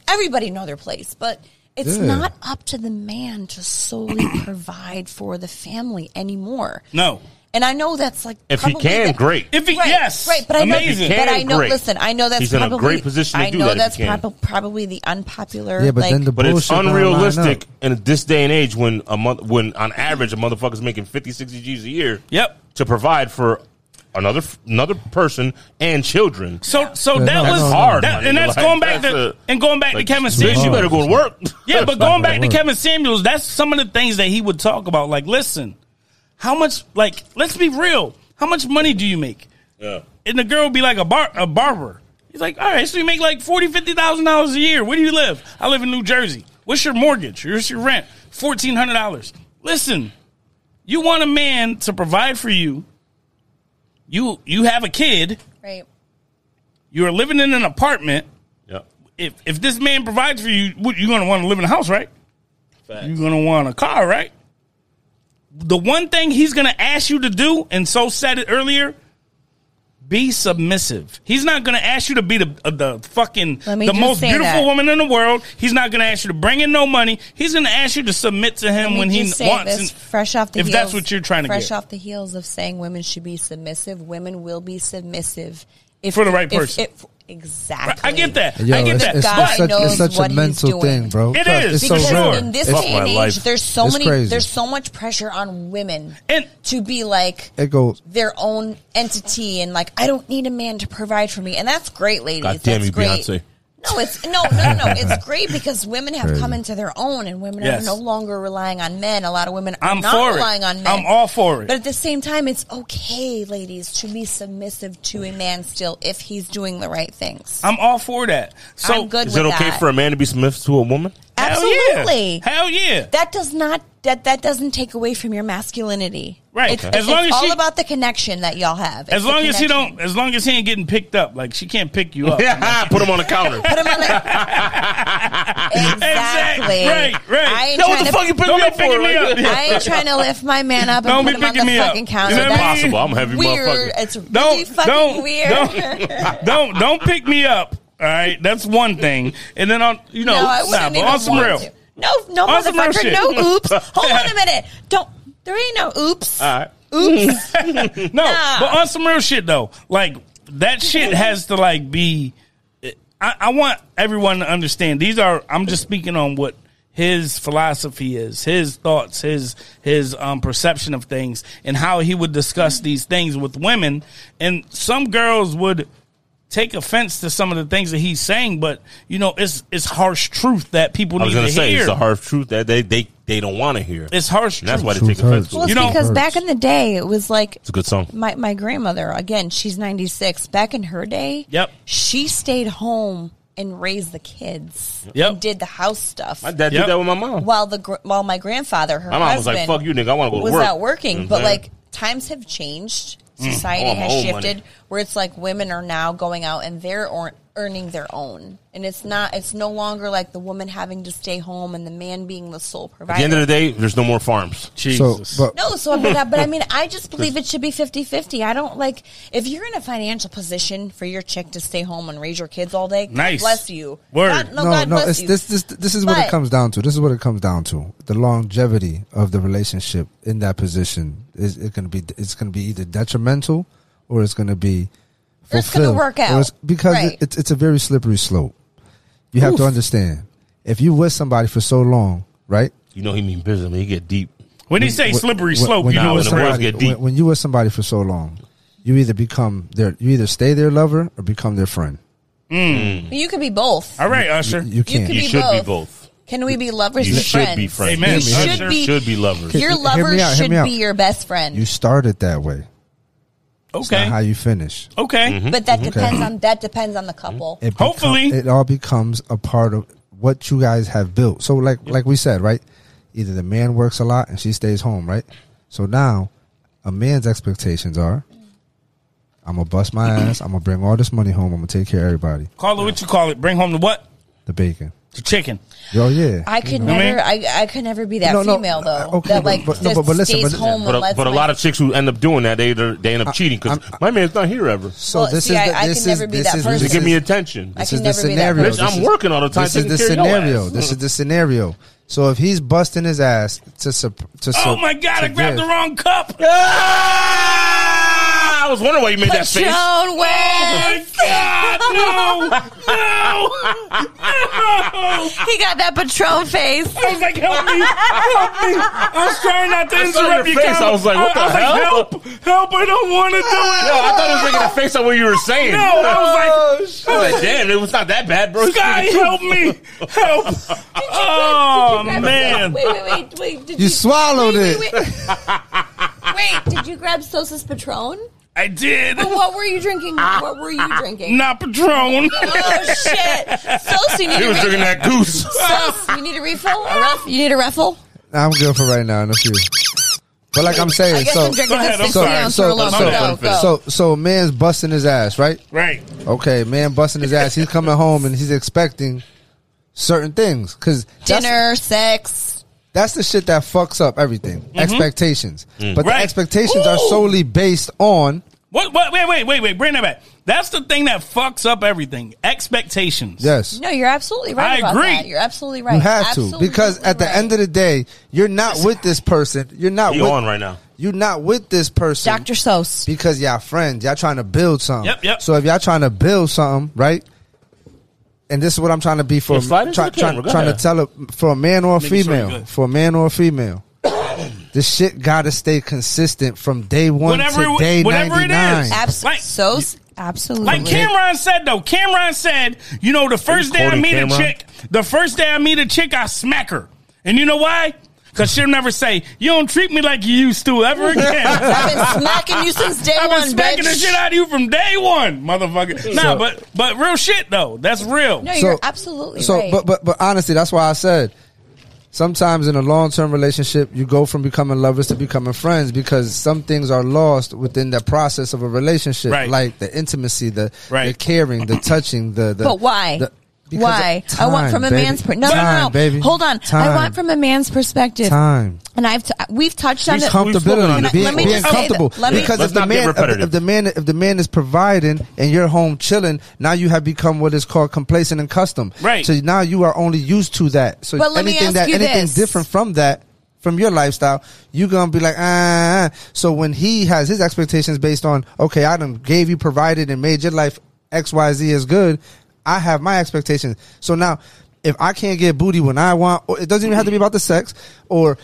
S4: everybody know their place, but it's
S3: Yeah.
S4: not up to the man to solely provide for the family anymore.
S1: No.
S4: And I know that's like
S2: if he
S4: probably
S2: can,
S4: the-
S2: great.
S1: If he,
S4: Right,
S1: yes.
S4: right, but I
S1: Amazing.
S4: know, but I
S2: Can,
S4: know.
S2: great.
S4: listen, I know that's
S2: He's in a
S4: probably
S2: great position to
S4: I
S2: do
S4: know
S2: that if
S4: that's
S2: he can.
S4: prob- probably the unpopular.
S3: Yeah, but
S4: like,
S3: then the
S2: But it's
S3: bullshit don't line
S2: unrealistic
S3: up.
S2: in this day and age when a month, when on average a motherfucker's making 50, 60 G's a year.
S1: Yep.
S2: To provide for another f- another person and children.
S1: So so
S3: Yeah,
S1: that
S3: no,
S1: was
S3: no, no.
S1: hard.
S2: That's hard,
S1: and
S2: my
S1: that's
S2: nigga.
S1: going
S2: Like,
S1: back to
S2: that's a-
S1: and going back
S2: Like,
S1: to Kevin
S2: bitch, you
S1: Samuels.
S2: better go to work.
S1: Yeah, but going back to
S3: work.
S1: Kevin Samuels, that's some of the things that he would talk about. Like, listen, how much like let's be real. How much money do you make?
S2: Yeah.
S1: And the girl would be like a bar a barber. He's like, all right, so you make like forty, fifty thousand dollars a year. Where do you live? I live in New Jersey. What's your mortgage? What's your rent? Fourteen hundred dollars. Listen, you want a man to provide for you. You you have a kid.
S4: right.
S1: You are living in an apartment.
S2: Yeah.
S1: If if this man provides for you, what, you're gonna want to live in a house, right?
S2: Facts.
S1: You're gonna want a car, right? the one thing he's going to ask you to do, and so said it earlier. Be submissive. He's not going to ask you to be the uh, the fucking
S4: Let me
S1: the
S4: just
S1: most
S4: say
S1: beautiful
S4: that.
S1: woman in the world. He's not going to ask you to bring in no money. He's going to ask you to submit to him
S4: Let me
S1: when he
S4: just say
S1: wants. and-
S4: this fresh off the
S1: if
S4: heels,
S1: that's what you're trying to
S4: fresh
S1: get.
S4: off the heels of saying women should be submissive, women will be submissive if
S1: For the right
S4: if-
S1: person.
S4: if- exactly.
S1: I get that.
S3: Yo,
S1: I get
S3: it's,
S1: that.
S3: it's,
S4: God
S3: it's such, it's
S4: knows
S3: such
S4: what
S3: a
S4: he's
S3: mental
S4: doing.
S3: thing, bro.
S1: It
S3: Trust-
S1: is,
S3: It's
S1: because
S3: so
S4: because
S1: sure.
S3: rare.
S4: in this
S2: Fuck
S4: day
S2: my
S4: and age,
S2: life.
S4: there's so
S3: It's
S4: many,
S3: crazy.
S4: there's so much pressure on women
S1: And-
S4: to be like
S3: It goes.
S4: their own entity and like I don't need a man to provide for me, and that's great, ladies.
S7: God damn
S4: that's
S7: you,
S4: great.
S7: Beyonce.
S4: No, it's no, no, no, no. It's great because women have come into their own, and women
S1: Yes.
S4: are no longer relying on men. A lot of women are
S1: I'm
S4: not
S1: for it.
S4: relying on men.
S1: I'm all for it.
S4: But at the same time, it's okay, ladies, to be submissive to a man still if he's doing the right things.
S1: I'm all for that. So
S4: I'm good
S2: Is
S4: with
S2: it okay
S4: that.
S2: for a man to be submissive to a woman?
S1: hell
S4: Absolutely.
S1: yeah. hell yeah.
S4: that does not that that doesn't take away from your masculinity.
S1: Right.
S4: It's,
S1: Okay. As long as
S4: it's all
S1: she-
S4: about the connection that y'all have. It's
S1: As
S4: the
S1: long as he
S4: connection.
S1: don't, as long as he ain't getting picked up, like she can't pick you up.
S2: Yeah, put him on the counter.
S4: put him on the exactly.
S1: Right, right.
S4: I ain't
S1: No,
S4: trying
S1: what the
S4: to,
S1: fuck you picking
S2: Don't
S1: me
S2: be
S1: up for?
S2: picking me
S1: Like,
S2: up.
S4: I ain't trying to lift my man up
S1: Don't
S4: and
S1: be
S4: put him on
S1: picking me
S4: the
S1: up.
S4: fucking
S1: You
S4: counter.
S1: know what I
S4: That's
S2: Impossible. I'm a heavy
S4: weird.
S2: motherfucker.
S4: It's really
S1: Don't,
S4: fucking
S1: don't,
S4: weird.
S1: don't, don't, don't pick me up. All right, that's one thing. And then on, you know,
S4: no, I
S1: nah,
S4: wouldn't
S1: but
S4: even
S1: on some
S4: want
S1: real,
S4: to. No, no,
S1: On some real
S4: motherfucker.
S1: shit.
S4: No, oops. Hold on a minute. Don't. There ain't no oops.
S2: All right.
S4: oops.
S1: no,
S4: Nah.
S1: but on some real shit though, like that shit has to like be. I, I want everyone to understand. These are I'm just speaking on what his philosophy is, his thoughts, his his um, perception of things, and how he would discuss these things with women. And some girls would take offense to some of the things that he's saying, but you know, it's it's harsh truth that people need
S2: I was
S1: to
S2: gonna say
S1: hear.
S2: it's the harsh truth that they they, they don't want to hear.
S1: It's harsh
S2: and that's
S1: truth.
S2: why they
S3: Truth
S2: take offense.
S3: hurts.
S2: to
S4: Well,
S2: it.
S4: it's
S1: You know-
S4: because back in the day, it was like
S2: It's a good song.
S4: my my grandmother again. She's ninety six. Back in her day,
S1: Yep.
S4: she stayed home and raised the kids.
S1: Yep.
S4: and did the house stuff.
S2: My dad
S1: Yep.
S2: did that with my mom.
S4: While the gr- while my grandfather, her
S2: My mom was like,
S4: husband,
S2: "Fuck you, nigga. I want to go to
S4: was
S2: work."
S4: out working.
S2: Mhm.
S4: But like times have changed, society
S2: I want my
S4: has
S2: own
S4: shifted,
S2: money.
S4: where it's like women are now going out and they're or- earning their own, and it's not. It's no longer like the woman having to stay home and the man being the sole provider.
S2: at the end of the day, there's no more farms.
S3: So, but
S4: No, so but, I- but I mean, I just believe it should be 50 50. I don't like if you're in a financial position for your chick to stay home and raise your kids all day. God
S1: Nice.
S4: bless you.
S1: Word.
S4: God, no,
S3: no,
S4: God
S3: no.
S4: bless
S3: It's
S4: you.
S3: this, this, this is what
S4: But-
S3: it comes down to. This is what it comes down to. The longevity of the relationship in that position is it going to be. It's going to be either detrimental or it's going to be
S4: Or it's gonna
S3: fulfilled.
S4: work
S3: Or
S4: out.
S3: it's- because
S4: Right.
S3: it, it's it's a very slippery slope. You have to understand if you with somebody for so long, right?
S2: You know he mean business. Man, he get deep.
S1: when he say
S3: When-
S1: slippery
S3: when-
S1: slope,
S3: when
S1: you
S2: nah,
S1: know
S3: with
S1: it's
S2: the words
S1: real.
S3: somebody-
S2: get deep.
S3: When, when you with somebody for so long, you either become their, you either stay their lover or become their friend.
S4: You could be both.
S1: All right, Usher.
S3: You can't.
S4: could
S2: You
S4: be
S2: should be
S4: both.
S2: both.
S4: Can we be lovers
S2: You
S4: and
S2: should be friends.
S1: Amen.
S4: You
S1: Hear me
S4: should
S1: out.
S4: be,
S2: Should be lovers.
S4: your
S3: Hear me
S4: lover
S3: out, hear
S4: should
S3: me out.
S4: be your best friend.
S3: you started that way. Not how
S1: okay,
S3: you finish.
S1: okay.
S2: Mm-hmm.
S4: but that depends on that depends on the couple.
S3: It
S1: Hopefully.
S3: become- it all becomes a part of what you guys have built. So, like, like we said, right? Either the man works a lot and she stays home, right? So now, a man's expectations are, I'm gonna bust my ass. I'm gonna bring all this money home. I'm gonna take care of everybody.
S1: Call it what you call it. Bring home the what?
S3: The bacon.
S1: The chicken.
S3: Yo, yeah.
S4: I could
S1: what I
S4: never, I, I could never be that
S3: No, no,
S4: female
S3: uh,
S4: though.
S3: okay,
S4: that
S3: but-
S4: like
S3: but- no,
S4: just
S3: but- but listen,
S4: stays
S3: but-
S4: home.
S2: But a,
S4: unless
S2: but a
S4: my-
S2: lot of chicks who end up doing that, they they're- they end up cheating because
S3: I'm-
S2: my man's not here ever. So
S3: so
S4: Well,
S3: this
S4: see,
S3: is
S4: I-
S3: the,
S4: I
S3: this
S4: can
S3: is,
S4: never be
S3: this
S4: that
S3: is,
S4: person.
S3: this
S2: to
S3: is-
S2: give me attention.
S4: I
S3: This
S4: can
S3: is the
S4: never be that
S3: scenario.
S4: person.
S2: Bitch,
S3: This
S2: I'm
S3: is-
S2: working all the time.
S3: This is
S2: taking
S3: the
S2: care of your
S3: scenario.
S2: ass.
S3: This is the scenario. So if he's busting his ass to sup- to
S1: Oh
S3: sup-
S1: my god,
S3: to
S1: I grabbed
S3: give-
S1: the wrong cup.
S2: Ah! I was wondering why you made that
S4: Put
S2: face.
S4: your own way.
S1: Oh my god, no, no, no.
S4: He got that patron face.
S1: I was like, help me, help me. I was trying not to
S2: saw your
S1: interrupt your
S2: face.
S1: comment.
S2: I was like, what
S1: I- I
S2: the hell?
S1: was like, help, help, I don't want to do it.
S2: Yo, I thought it was making a face on what you were saying.
S1: No, I was
S2: I was like, damn, it was not that bad, bro.
S1: like, Sky, help me, help. Oh man.
S4: Wait, wait, wait, wait. Did
S3: You swallowed
S4: wait,
S3: it.
S4: Wait, wait. Wait, did you grab Sosa's patron?
S1: I did.
S4: What were you drinking? What were you drinking?
S1: Not Patron.
S4: Oh shit! Sosa, you need
S2: He
S4: a
S2: was
S4: refill.
S2: drinking that goose.
S4: Sosa, you need a refill. A ref- you need a refill.
S3: Nah, I'm good for right now. No few. But like I'm saying,
S4: I guess
S3: so
S4: I'm drinking
S1: Go ahead, I'm
S4: this
S3: so
S1: sorry.
S4: 60 ounce
S3: so
S4: for a long
S1: sorry.
S4: go, go.
S3: so so man's busting his ass, right?
S1: Right.
S3: Okay, man busting his ass. He's coming home and he's expecting certain things because
S4: dinner, sex,
S3: That's the shit that fucks up everything.
S4: Mm-hmm.
S3: Expectations.
S4: Mm.
S3: But
S1: Right.
S3: the expectations are
S1: Ooh.
S3: solely based on
S1: What, what? Wait, wait, wait, wait. Bring that back. That's the thing that fucks up everything. Expectations.
S3: yes.
S4: No, you're absolutely right.
S1: I
S4: about
S1: agree.
S4: That. You're absolutely right.
S3: You have
S4: absolutely
S3: to because at the
S4: right.
S3: end of the day, you're not with this person. You're not
S2: He
S3: with,
S2: on right now.
S3: You're not with this person.
S4: Dr. Sos.
S3: because y'all friends, y'all trying to build something.
S1: Yep, yep.
S3: So if y'all trying to build something, right? And this is what I'm trying to be for
S2: Yeah, slide into
S3: try-
S2: the
S3: try-
S2: camera. Go
S3: trying to
S2: ahead.
S3: tell a, for a man or a
S1: Making sure you're
S3: female,
S1: good.
S3: for a man or a female. this shit got to stay consistent from day 1
S1: Whatever
S3: to
S1: it-
S3: day
S1: whatever it is.
S3: 99.
S4: Abs-
S1: Like-
S4: Sos. Absolutely.
S1: Like Cameron said though, Cameron said, you know, the first day I
S2: quoting
S1: meet a
S2: Cameron?
S1: chick, the first day I meet a chick, I smack her, and you know why? Because she'll never say, "You don't treat me like you used to" ever again.
S4: I've been smacking you since day
S1: I've
S4: one,
S1: been smacking
S4: bitch.
S1: the shit out of you from day one, motherfucker. Nah, but but real shit though, that's real.
S4: No, you're absolutely
S3: so,
S4: right.
S3: but but but honestly, that's why I said sometimes in a long term relationship, you go from becoming lovers to becoming friends because some things are lost within the process of a relationship,
S1: Right.
S3: like the intimacy, the
S1: Right.
S3: the caring, the touching, the. the
S4: But why?
S3: the- because
S4: why?
S3: of
S4: I want
S3: time,
S4: from a
S3: baby.
S4: man's per- no, no, no,
S3: Time,
S4: no.
S3: baby.
S4: Hold on. I
S3: Time.
S4: want from a man's perspective.
S3: time.
S4: And I've t- we've touched on
S3: It's
S4: it.
S3: comfortability,
S4: Can I-
S3: being,
S4: let me
S3: being
S4: just say
S3: comfortable.
S4: that- let me-
S3: because
S2: Let's
S3: if the
S2: not get
S3: man, if the-
S2: repetitive.
S3: if the man, if the man is providing and you're home chilling, now you have become what is called complacent and custom.
S1: Right.
S3: So now you are only used to that. So
S4: But let me
S3: anything
S4: ask
S3: that
S4: you
S3: anything
S4: this.
S3: different from that. From your lifestyle, you gonna be like, ah. So when he has his expectations based on, okay, I done gave you, provided, and made your life X, Y, Z is good. I have my expectations. So now, if I can't get booty when I want, or it doesn't even have to be about the sex, or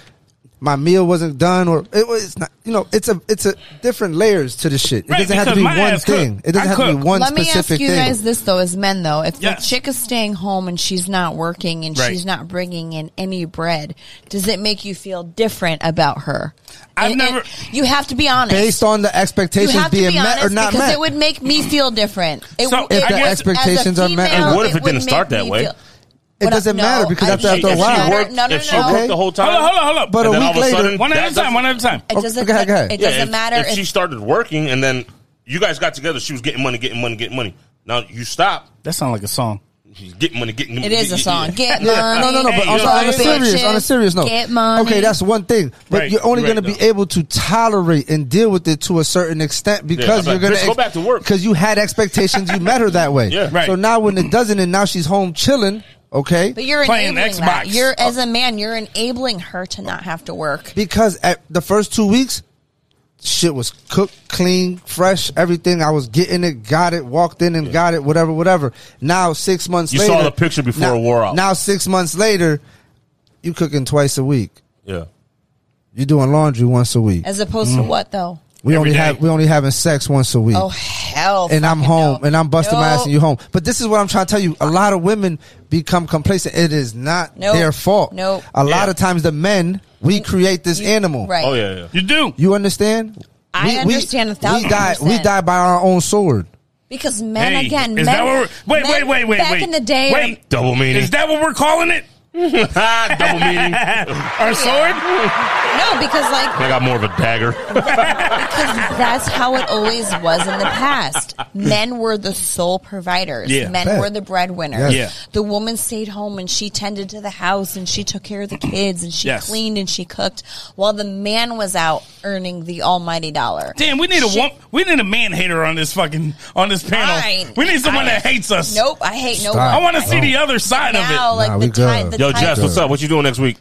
S3: my meal wasn't done or it was not you know it's a it's a different layers to the shit it
S1: Right,
S3: doesn't have
S1: because
S3: to be
S1: my
S3: one
S1: ass cook.
S3: thing it doesn't
S1: I
S3: have to be
S1: cook.
S3: one
S4: Let me ask
S3: specific
S4: you
S3: thing
S4: guys this though, as men though, if
S1: Yes.
S4: the chick is staying home and she's not working and
S1: Right.
S4: she's not bringing in any bread, does it make you feel different about her?
S1: I've
S4: And- and
S1: never-
S4: you have to be honest.
S3: based on the
S4: you
S3: expectations
S4: have to
S3: being
S4: be
S3: met
S4: honest
S3: or not
S4: because
S3: met
S4: it would make me feel different. It,
S1: So
S4: would-
S1: if
S4: it
S1: the
S4: would-
S3: expectations
S4: as a
S3: are met-
S4: female,
S3: And
S2: what if it didn't
S4: would
S2: start
S4: make
S2: that
S4: me
S2: way?
S4: feel-
S3: It
S4: But I-
S3: doesn't matter because
S4: I
S3: after-
S4: think
S3: after a
S4: it
S3: while-
S2: if she
S4: matter-
S2: worked,
S4: no, no,
S2: if she
S4: no, no.
S3: Okay.
S2: worked the whole time,
S1: Hold up, hold up, hold up.
S3: But
S2: and
S3: a
S2: then all
S3: week
S2: of a
S3: later
S2: sudden,
S1: One
S2: that
S1: at a time.
S2: doesn't-
S1: One at a time.
S4: It
S3: Okay,
S4: doesn't,
S3: okay, okay.
S4: It
S2: Yeah,
S4: doesn't
S2: if,
S4: matter
S2: If,
S4: if,
S2: she started working and then you guys got together, she was getting money, getting money, getting money. Now you stop.
S1: That sounds like a song.
S2: She's getting money, getting money.
S4: It is a
S2: getting-
S4: song. Get
S3: yeah.
S4: money.
S3: No, no, no. But
S1: Hey,
S3: on,
S1: yo,
S3: on a
S1: bitches,
S3: serious, on a serious note.
S4: Get money.
S3: Okay, that's one thing. But
S1: Right,
S3: you're only
S1: right,
S3: going to be
S1: though.
S3: able to tolerate and deal with it to a certain extent because
S2: Yeah,
S3: you're
S2: I'm like,
S3: going
S2: "Bitch, go back to work."
S3: because you had expectations. You met her that way.
S2: Yeah.
S1: Right.
S3: So now when it doesn't, and now she's home chilling. Okay.
S4: But you're
S1: Playing
S4: enabling that.
S1: Xbox.
S4: You're as a man, you're enabling her to not have to work.
S3: because at the first two weeks, shit was cooked, clean, fresh, everything. I was getting it, got it, walked in and got it, whatever, whatever. Now six months
S2: You
S3: later,
S2: saw the picture before
S3: now,
S2: it wore out.
S3: Now six months later, you cooking twice a week.
S2: Yeah.
S3: You doing laundry once a week.
S4: As opposed to what though?
S3: We
S1: Every
S3: only
S1: day.
S3: have we only having sex once a week.
S4: Oh hell.
S3: and I'm
S4: fucking
S3: home,
S4: no.
S3: and I'm busting my
S4: No.
S3: ass, and you home. But this is what I'm trying to tell you: a lot of women become complacent. It is not
S4: Nope.
S3: their fault.
S4: Nope.
S3: A lot
S2: Yeah.
S3: of times, the men we create this animal.
S4: Right.
S2: Oh yeah. yeah.
S1: You do.
S3: You understand?
S4: I understand a thousand
S3: We die, we
S4: percent.
S3: die by our own sword.
S4: Because men
S1: Hey,
S4: again,
S1: is
S4: men,
S1: that what we're- wait,
S4: men
S1: wait, wait, wait,
S4: back
S1: wait.
S4: in the day
S1: Wait.
S2: Double meaning.
S1: Is that what we're calling it?
S2: Double meaning.
S1: Our sword?
S4: No, because like
S2: I got more of a dagger.
S4: Because that's how it always was in the past. Men were the sole providers.
S1: Yeah.
S4: Men
S3: Bet.
S4: were the breadwinners.
S1: Yes.
S4: The woman stayed home and she tended to the house and she took care of the kids and she
S1: Yes.
S4: cleaned and she cooked while the man was out earning the almighty dollar.
S1: Damn, we need a wo- we need a man hater on this fucking on this panel.
S4: Fine.
S1: We need someone
S4: I-
S1: that hates us.
S4: Nope, I hate no
S3: Stop.
S1: I
S4: one.
S1: want to see
S3: No.
S1: the other side
S4: now,
S1: of
S4: like
S3: Nah, we
S4: the time,
S3: good.
S4: the
S2: Yo,
S4: time-
S2: Jess, what's up? What you doing next week?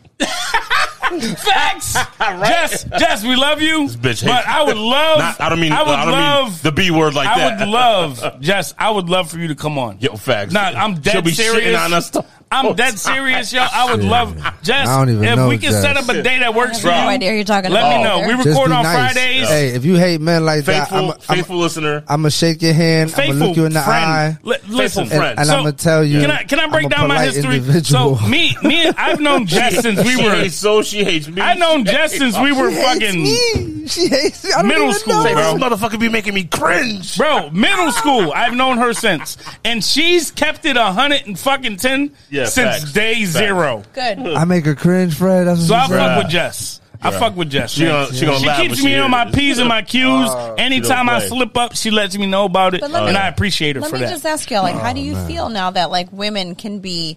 S1: it. Facts. Jess, Jess, we love you.
S2: bitch hates
S1: but I would love.
S2: Not, I don't mean.
S1: I
S2: I,
S1: would
S2: don't
S1: love
S2: mean the B word like
S1: I
S2: that.
S1: would love, Jess. I would love for you to come on.
S2: Yo, facts.
S1: Nah, I'm dead
S2: She'll be
S1: serious.
S2: shitting on us. the whole
S1: I'm dead
S2: time.
S1: serious, yo. I would love Jess.
S3: I don't even
S1: if
S3: know
S1: we can
S3: Jess.
S1: set up a day that works for
S4: I
S1: you.
S4: have no idea you're talking
S1: Let
S4: about.
S1: me know. We
S4: Just
S1: record
S3: be
S1: on
S3: nice.
S1: Fridays.
S3: Hey, if you hate men like
S2: Faithful,
S3: that, I'm
S2: faithful listener.
S3: I'm gonna shake your hand. I'm
S1: faithful
S3: gonna look you in the
S1: friend.
S3: eye.
S1: Li- listen,
S2: Faithful friend.
S3: And- and I'ma tell you,
S1: Can I can I
S3: I'm
S1: break
S3: a
S1: down my
S3: polite
S1: history?
S3: individual.
S1: So me me I've known Jess since we
S2: She
S1: were.
S2: hates so she hates me.
S1: I've known
S2: She
S1: Jess
S2: hates
S1: since
S2: us.
S1: we were
S3: She hates
S1: fucking
S3: me. She hates. I don't
S1: middle
S3: even
S1: school,
S3: know.
S2: Say,
S1: bro.
S2: This motherfucker be making me cringe.
S1: bro middle school. I've known her since, and she's kept it a hundred and fucking ten
S2: Yeah,
S1: since
S2: facts.
S1: day
S2: Facts.
S1: zero.
S4: Good.
S3: I make her cringe, Fred. That's
S1: So I
S3: what
S1: fuck
S2: Bruh.
S1: with Jess. I fuck with Jess.
S2: She
S1: man.
S2: gonna- she gonna laugh when
S1: keeps
S2: she
S1: me on my
S2: hears it. Uh,
S1: p's and my q's. Anytime I
S2: play.
S1: slip up, she lets me know about it,
S4: But
S1: and
S4: let me-
S1: I appreciate her
S4: Let
S1: for
S4: me
S3: Oh,
S1: that.
S4: just ask y'all, like, how do you feel now that like women can be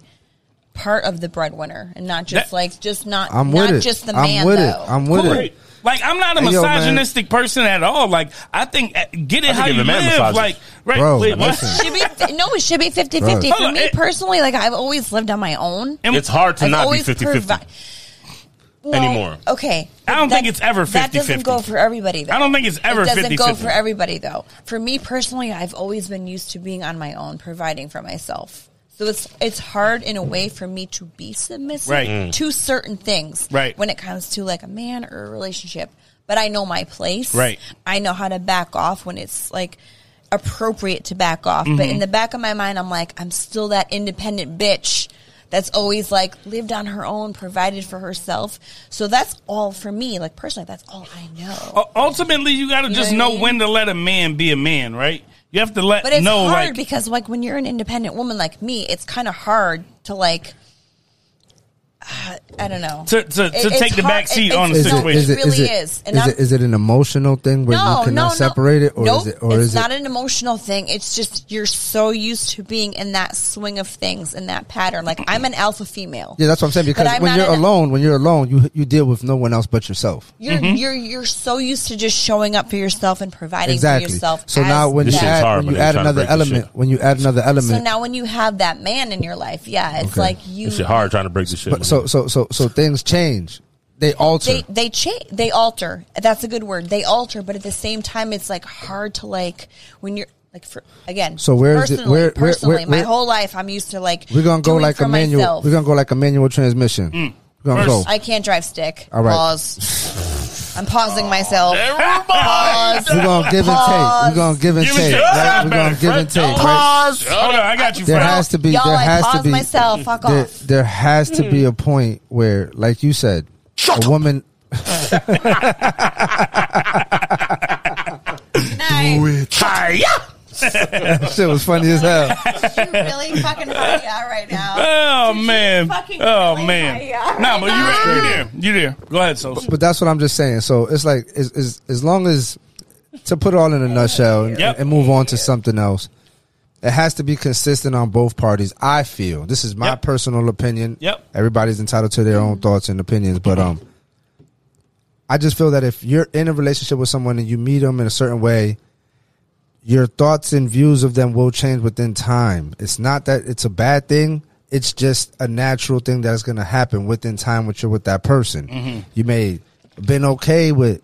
S4: part of the breadwinner and not just
S1: That-
S4: like just not
S3: I'm
S4: not
S3: with it.
S4: just the
S3: I'm
S4: man
S3: with
S4: though.
S3: it. I'm with
S1: Cool.
S3: it.
S1: Like I'm not a
S3: Hey, yo, man.
S1: misogynistic person at all. Like I think uh, get it
S2: I
S1: how
S2: give
S1: you
S2: a man
S1: live.
S2: massages.
S1: Like right,
S3: Bro,
S1: wait, what?
S3: listen.
S4: should be no, it should be 50 50.
S3: Right.
S4: For
S1: Hold on,
S4: me
S1: it-
S4: personally, like I've always lived on my own.
S1: And
S2: It's hard to
S4: I've
S2: not be
S4: always
S2: 50 50.
S4: provi- Well,
S2: Anymore.
S4: Okay.
S1: I don't think it's ever
S4: That doesn't
S1: 50-50.
S4: go for everybody, though.
S1: I don't think it's ever
S4: It doesn't go
S1: 50-50.
S4: for everybody, though. For me personally, I've always been used to being on my own, providing for myself. So it's it's hard in a way for me to be submissive
S1: Right. Mm.
S4: to certain things
S1: Right.
S4: when it comes to like a man or a relationship. But I know my place.
S1: Right.
S4: I know how to back off when it's like appropriate to back off. But
S1: Mm-hmm.
S4: in the back of my mind, I'm like, I'm still that independent bitch that's always like lived on her own, provided for herself. So that's all for me. Like personally, that's all I know.
S1: U- Ultimately, you got to
S4: You
S1: just
S4: know
S1: know
S4: what I mean?
S1: when to let a man be a man, right? You have to let
S4: But it's
S1: know
S4: hard
S1: like
S4: because like when you're an independent woman like me, it's kind of hard to like. I don't know.
S1: To- to- to
S4: It- it's
S1: take the back seat
S4: it's-
S1: on the
S4: no,
S1: situation.
S4: It really is. And
S3: is
S4: I'm-
S3: it is it an emotional thing where you cannot separate it, or
S4: nope,
S3: is it or
S4: it's
S3: is
S4: not
S3: it?
S4: an emotional thing. It's just you're so used to being in that swing of things in that pattern. Like I'm an alpha female.
S3: yeah, that's what I'm saying. Because
S4: I'm
S3: when
S4: not
S3: you're
S4: an-
S3: alone, when you're alone, you you deal with no one else but yourself.
S4: You're you're you're so used to just showing up for yourself and providing for
S3: Exactly.
S4: yourself.
S3: So
S4: as
S3: now when
S2: This
S3: you
S2: shit's
S4: that.
S2: hard,
S3: add, when
S2: man.
S3: you
S2: I'm
S3: add
S2: trying to
S3: another
S2: break this
S3: element,
S2: shit.
S3: when you add another
S4: so
S3: element,
S4: now when you have that man in your life, yeah, it's
S3: Okay.
S4: like you.
S2: It's hard trying to break this shit.
S3: but so so so so things change. They alter.
S4: they they change they alter that's a good word they alter but at the same time it's like hard to like when you're like for again
S3: So where is it-
S4: personally,
S3: where- where- where-
S4: personally my
S3: where-
S4: whole life i'm used to like
S3: we're gonna go
S4: doing
S3: like
S4: for
S3: a manual.
S4: myself.
S3: We're gonna go like a manual transmission.
S2: Mm.
S3: We're gonna
S1: First-
S3: go.
S4: i can't drive stick
S3: All right.
S4: pause i'm pausing myself pause
S3: We're gonna give and take. We're gonna give and
S1: Give and
S3: take.
S1: take.
S3: right? We're gonna
S2: Better,
S3: give and
S2: Fred.
S3: take. right?
S4: pause
S1: Hold on, I got you.
S3: There
S1: Fred.
S3: has to be.
S4: y'all
S3: there
S4: i
S3: has to
S4: paused
S3: be.
S4: myself fuck
S3: there,
S4: off
S3: there has to be a point where, like you said, a woman.
S4: nice.
S3: That shit was funny as hell.
S4: you really fucking high out right now
S1: Oh man!
S4: fucking
S1: Oh
S4: really
S1: man!
S4: high.
S1: No, but you you there? You there? Go ahead, so
S3: But that's what I'm just saying. So it's like, as as, as long as to put it all in a nutshell and,
S1: Yep.
S3: and move on to something else, it has to be consistent on both parties. I feel this is my
S1: Yep.
S3: personal opinion.
S1: Yep.
S3: Everybody's entitled to their own thoughts and opinions, but um, I just feel that if you're in a relationship with someone and you meet them in a certain way, your thoughts and views of them will change within time. It's not that it's a bad thing. It's just a natural thing that's going to happen within time when you're with that person.
S1: Mm-hmm.
S3: You may have been okay with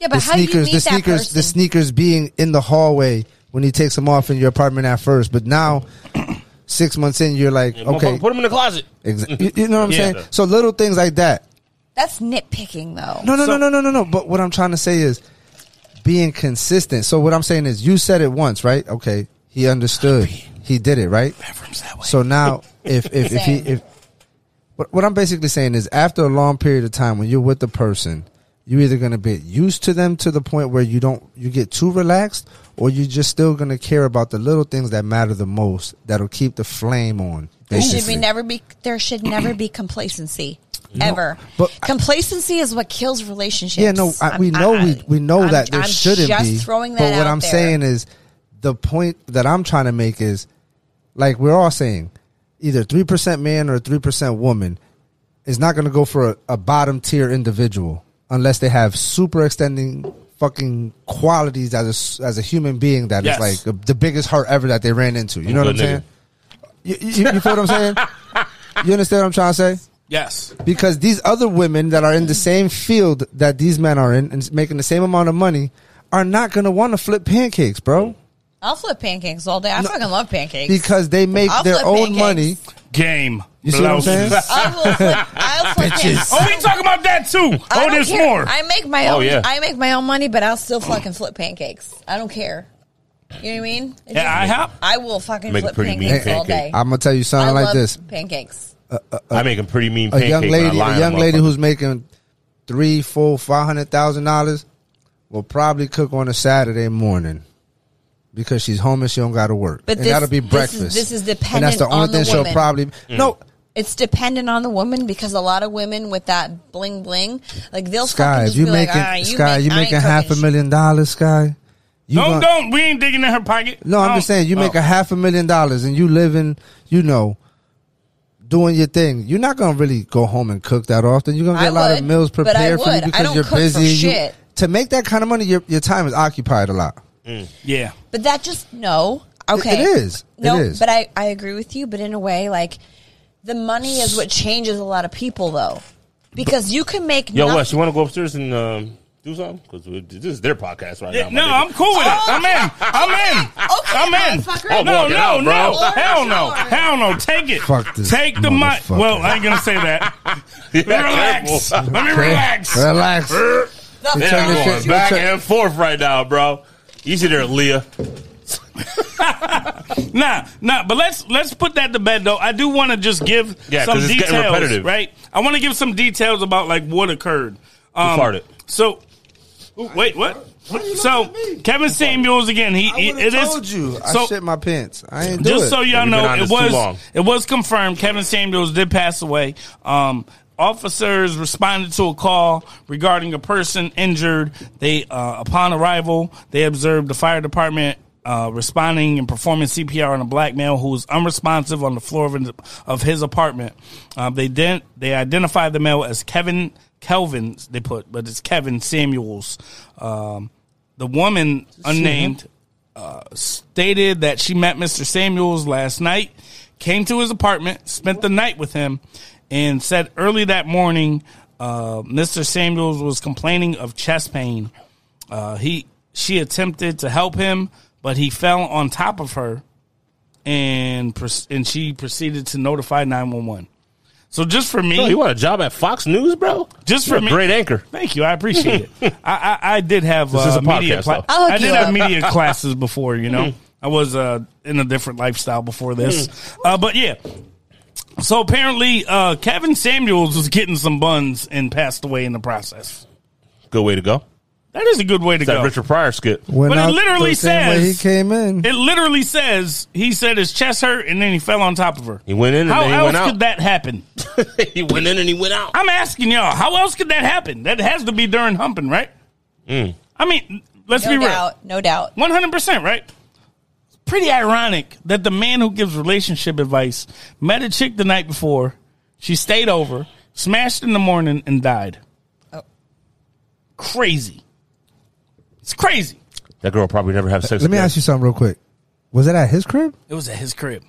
S4: yeah but
S3: the
S4: how do you
S3: sneakers,
S4: meet
S3: the
S4: that
S3: sneakers, the
S4: person?
S3: sneakers being in the hallway when he takes them off in your apartment at first, but now six months in, you're like, okay,
S2: Put them in the closet.
S3: exa- you, you know what I'm
S2: Yeah.
S3: saying? So little things like that.
S4: that's nitpicking though
S3: No, no, no, no, no, no, no. But what I'm trying to say is being consistent. So what I'm saying is, you said it once, right? Okay, he understood. He did it, right? So now, if if, if he
S4: Same.
S3: if what, what I'm basically saying is, after a long period of time, when you're with the person, you're either going to be used to them to the point where you don't you get too relaxed, or you're just still going to care about the little things that matter the most that'll keep the flame on.
S4: There should
S3: basically.
S4: be never be there should never be complacency ever.
S3: but-
S4: complacency is what kills relationships.
S3: Yeah, no, I,
S4: I'm-
S3: we know
S4: I-
S3: we we know
S4: I'm-
S3: that there
S4: I'm
S3: shouldn't
S4: just
S3: be.
S4: Throwing that
S3: but what
S4: out
S3: I'm
S4: there.
S3: saying is, the point that I'm trying to make is, like we're all saying, either three percent man or three percent woman is not going to go for a, a bottom tier individual unless they have super extending fucking qualities as a s- as a human being that is
S1: Yes.
S3: like the, the biggest hurt ever that they ran into. You know what I'm
S2: good
S3: saying? You, you, you feel what I'm saying? You understand what I'm trying to say?
S1: yes,
S3: because these other women that are in the same field that these men are in and making the same amount of money are not going to want to flip pancakes, bro,
S4: I'll flip pancakes all day. I fucking love pancakes.
S3: because they make
S4: I'll
S3: their
S4: flip
S3: own
S4: pancakes.
S3: money.
S1: game.
S3: You see what I'm
S1: Blouses.
S3: saying?
S4: I will flip, I'll flip pancakes.
S1: Oh, we talk about that too.
S4: I
S1: Oh,
S4: don't
S1: there's
S4: care.
S1: more.
S4: I make my
S2: Oh,
S4: own.
S2: yeah.
S4: I make my own money, but I'll still fucking flip pancakes. I don't care. You know what I mean? It
S1: Yeah, I
S4: just-
S1: have.
S4: I will fucking
S2: Make a
S4: flip
S2: pretty mean
S4: pancakes all day.
S2: pancake.
S3: I'm gonna tell you
S4: I
S3: something like
S4: love
S3: this:
S4: Pancakes.
S2: I make a pretty mean
S3: a
S2: pancake.
S3: young
S2: when I
S3: lady,
S2: line
S3: a
S2: them
S3: young
S2: up.
S3: lady who's making three, four, five hundred thousand dollars will probably cook on a Saturday morning. Because she's home and she don't got to work,
S4: But
S3: and
S4: this-
S3: that'll be
S4: this is-
S3: breakfast.
S4: this is
S3: and that's
S4: dependent
S3: the only
S4: on the
S3: thing she'll
S4: woman.
S3: probably no.
S4: it's dependent on the woman because a lot of women with that bling bling, like they'll
S3: Sky,
S4: fucking
S3: if
S4: just
S3: you
S4: be
S3: making
S4: like, ah, you
S3: Sky,
S4: make,
S3: you
S4: I ain't
S3: making half a
S4: cooking
S3: million dollars, Sky. You
S1: don't
S3: gon-
S1: don't. We ain't digging in her pocket. Oh.
S3: No, I'm just saying you make a half a million dollars and you live in, you know, doing your thing, you're not gonna really go home and cook that often. You're gonna
S6: I
S3: get a lot
S6: would,
S3: of meals
S6: but I
S3: prepared for you
S6: would. I
S3: because
S6: don't
S3: you're
S6: cook for
S3: busy. You-
S6: shit.
S3: to make that kind of money, your your time is occupied a lot.
S1: Yeah.
S6: But that just no. Okay.
S3: It is. It
S6: No,
S3: is.
S6: but I, I agree with you, but in a way, like the money is what changes a lot of people though. Because you can make
S2: Yo,
S6: noth-
S2: Wes, you want to go upstairs and um, do something? Because this is their podcast right
S1: Yeah,
S2: now.
S1: no, I'm cool with it.
S4: Oh.
S1: I'm in. I'm in. I'm in.
S6: motherfucker.
S2: I'm
S1: no,
S2: walking
S1: no,
S2: out, bro.
S1: no.
S6: Lord,
S1: Hell no.
S6: Lord.
S1: Hell no. Take it.
S3: Fuck this
S1: Take the money.
S3: motherfucker.
S1: Well, I ain't gonna say that.
S2: Yeah,
S1: Relax.
S2: careful.
S1: Let me relax. Uh,
S3: Relax.
S6: the
S2: Yeah,
S3: Turn
S2: I'm
S3: this
S2: going
S3: shit-
S2: back
S3: turn-
S2: and forth right now, bro. Easy there, Leah.
S1: Nah, nah. But let's let's put that to bed though. I do want to just give
S2: Yeah,
S1: some
S2: 'cause it's
S1: details,
S2: getting repetitive.
S1: right? I want to give some details about like what occurred. Um,
S2: farted.
S1: So, Ooh, wait, what?
S3: you
S1: So
S3: looking at me?
S1: Kevin Samuels again. He,
S3: I
S1: he it
S3: would've
S1: is.
S3: told you. I
S1: so-
S3: shit my pants. I ain't do
S1: just
S3: it.
S1: so y'all
S2: We've been
S1: know,
S2: on
S1: it
S2: this too long.
S1: was it was confirmed. Kevin Samuels did pass away. Um, officers responded to a call regarding a person injured. They, uh, upon arrival, they observed the fire department. Uh, responding and performing CPR on a black male who was unresponsive on the floor of, an, of his apartment. Uh, they didn't. They identified the male as Kevin Kelvin. They put, but it's Kevin Samuels. Um, the woman, unnamed, stated that she met Mr. Samuels last night, came to his apartment, spent the night with him, and said early that morning, uh, Mr. Samuels was complaining of chest pain. Uh, he she attempted to help him, but he fell on top of her, and pres- and she proceeded to notify nine one one. So just for me,
S2: Yo, Oh, you want a job at Fox News, bro?
S1: Just
S2: You're
S1: for
S2: a
S1: me-
S2: great anchor.
S1: Thank you. I appreciate it. I, I, I did have
S2: This
S1: uh,
S2: is a
S1: media
S2: podcast,
S1: cla-
S2: though.
S6: I'll
S1: I
S6: hook
S1: did
S6: you
S1: have
S6: up. Mm.
S1: media classes before, you know. I was uh, in a different lifestyle before this.
S6: Mm.
S1: Uh, but yeah. So apparently uh, Kevin Samuels was getting some buns and passed away in the process.
S2: Good way to go.
S1: That is a good way to
S2: It's that
S1: go.
S2: Richard Pryor skit.
S3: Went
S1: But it
S3: out
S1: literally
S3: the same way he
S1: says-
S3: came in.
S1: It literally says he said his chest hurt and then he fell on top of her.
S2: He went in and
S1: How
S2: then he
S1: else
S2: went out.
S1: could that happen?
S2: he went in and he went out.
S1: I'm asking y'all, how else could that happen? That has to be during humping, right?
S2: Mm.
S1: I mean, let's
S6: no
S1: be real.
S6: doubt, no doubt.
S1: One hundred percent, right? Pretty ironic that the man who gives relationship advice met a chick the night before. She stayed over, smashed in the morning, and died. Crazy. It's crazy.
S2: That girl probably never have sex.
S3: Let me ask you something real quick. Was it at his crib?
S1: It was at his crib.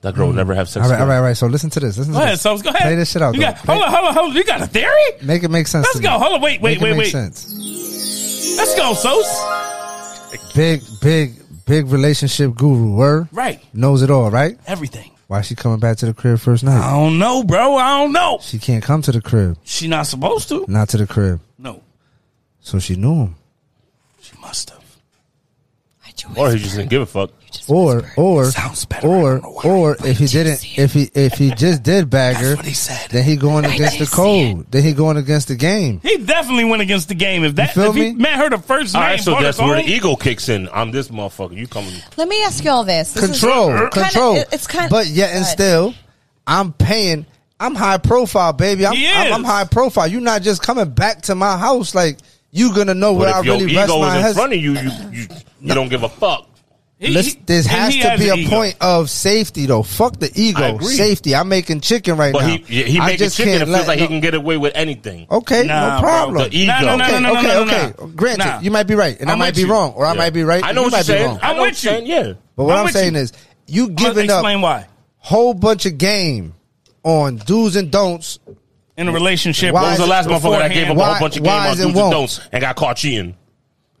S2: That girl will never have sex.
S3: All right,
S2: again.
S3: all right, all right. So listen to this. Listen to
S1: Go ahead,
S3: this.
S1: so go ahead.
S3: Play this shit out.
S1: You
S3: though.
S1: got, hold on, hold on, hold on. You got a theory?
S3: Make it make sense.
S1: Let's
S3: to
S1: go.
S3: me.
S1: Hold on. Wait, wait,
S3: Make it
S1: wait,
S3: make
S1: wait.
S3: Sense.
S1: Let's go, Sos.
S3: Big, big, big relationship guru. Word
S1: Right.
S3: knows it all. Right?
S1: Everything.
S3: Why she coming back to the crib first night?
S1: I don't know, bro. I don't know.
S3: She can't come to the crib.
S1: She not supposed to.
S3: Not to the crib.
S1: No.
S3: So she knew him.
S1: She must have.
S2: Or he just didn't give a fuck.
S3: Or, or,
S1: Sounds better. I
S3: or,
S1: don't know why.
S3: or if he didn't, if he, if he just did bag her,
S1: That's what he said.
S3: then he going against the code. Then he going against the game.
S1: He definitely went against the game. If that
S3: You feel
S1: if he
S3: me?
S1: met her the first
S2: All
S1: night,
S2: right, so
S1: brought her
S2: that's where the
S1: home,
S2: ego kicks in. I'm this motherfucker. You coming?
S6: Let me ask you all this. This is-
S3: control,
S6: kinda-
S3: control.
S6: it's kind of
S3: but yet and still, I'm paying. I'm high profile, baby. I'm,
S1: He
S3: I'm,
S1: is.
S3: I'm high profile. You're not just coming back to my house like you gonna know
S2: But
S3: where I
S2: if your
S3: really rest
S2: ego
S3: my
S2: is in
S3: head.
S2: front of you, you you, you don't give a fuck.
S1: he-
S3: Let's,
S1: he-
S3: this
S1: and
S3: has
S1: he
S3: to be
S1: an
S3: a
S1: ego.
S3: point of safety, though. Fuck the
S2: I
S3: ego,
S2: agree.
S3: safety. I'm making chicken right
S2: But
S3: now.
S2: he he, he
S3: I
S2: making
S3: just
S2: chicken. It
S3: can't
S2: feels
S3: let-
S2: like he
S3: no.
S2: can get away with anything.
S3: Okay,
S1: Nah,
S3: no
S1: bro.
S3: problem.
S2: The e- ego.
S1: Nah, nah, nah, nah,
S3: Okay,
S1: nah,
S3: okay,
S1: nah,
S3: okay.
S1: nah.
S3: Granted,
S1: Nah.
S3: you might be right, and i
S1: I'm
S3: might
S1: with
S3: be
S1: you.
S3: wrong, or I
S2: Yeah.
S3: might be right.
S2: I
S3: and
S2: know
S3: you
S2: what
S3: might
S2: you're
S3: be
S2: saying.
S3: wrong.
S2: I know
S1: I'm
S2: what
S1: with
S2: you're
S1: you.
S2: saying, Yeah.
S3: But what
S1: I'm
S3: I'm,
S1: with
S3: saying
S1: you.
S3: is, you
S1: I'm gonna
S3: giving up
S1: explain why
S3: whole bunch of game on do's and don'ts
S1: in a relationship.
S3: Why
S2: What was the
S3: is it
S2: last motherfucker that
S1: beforehand?
S2: gave up a
S3: Why-
S2: whole bunch of game
S3: why
S2: on
S3: is it
S2: dudes and
S3: won't?
S2: don'ts and got caught cheating?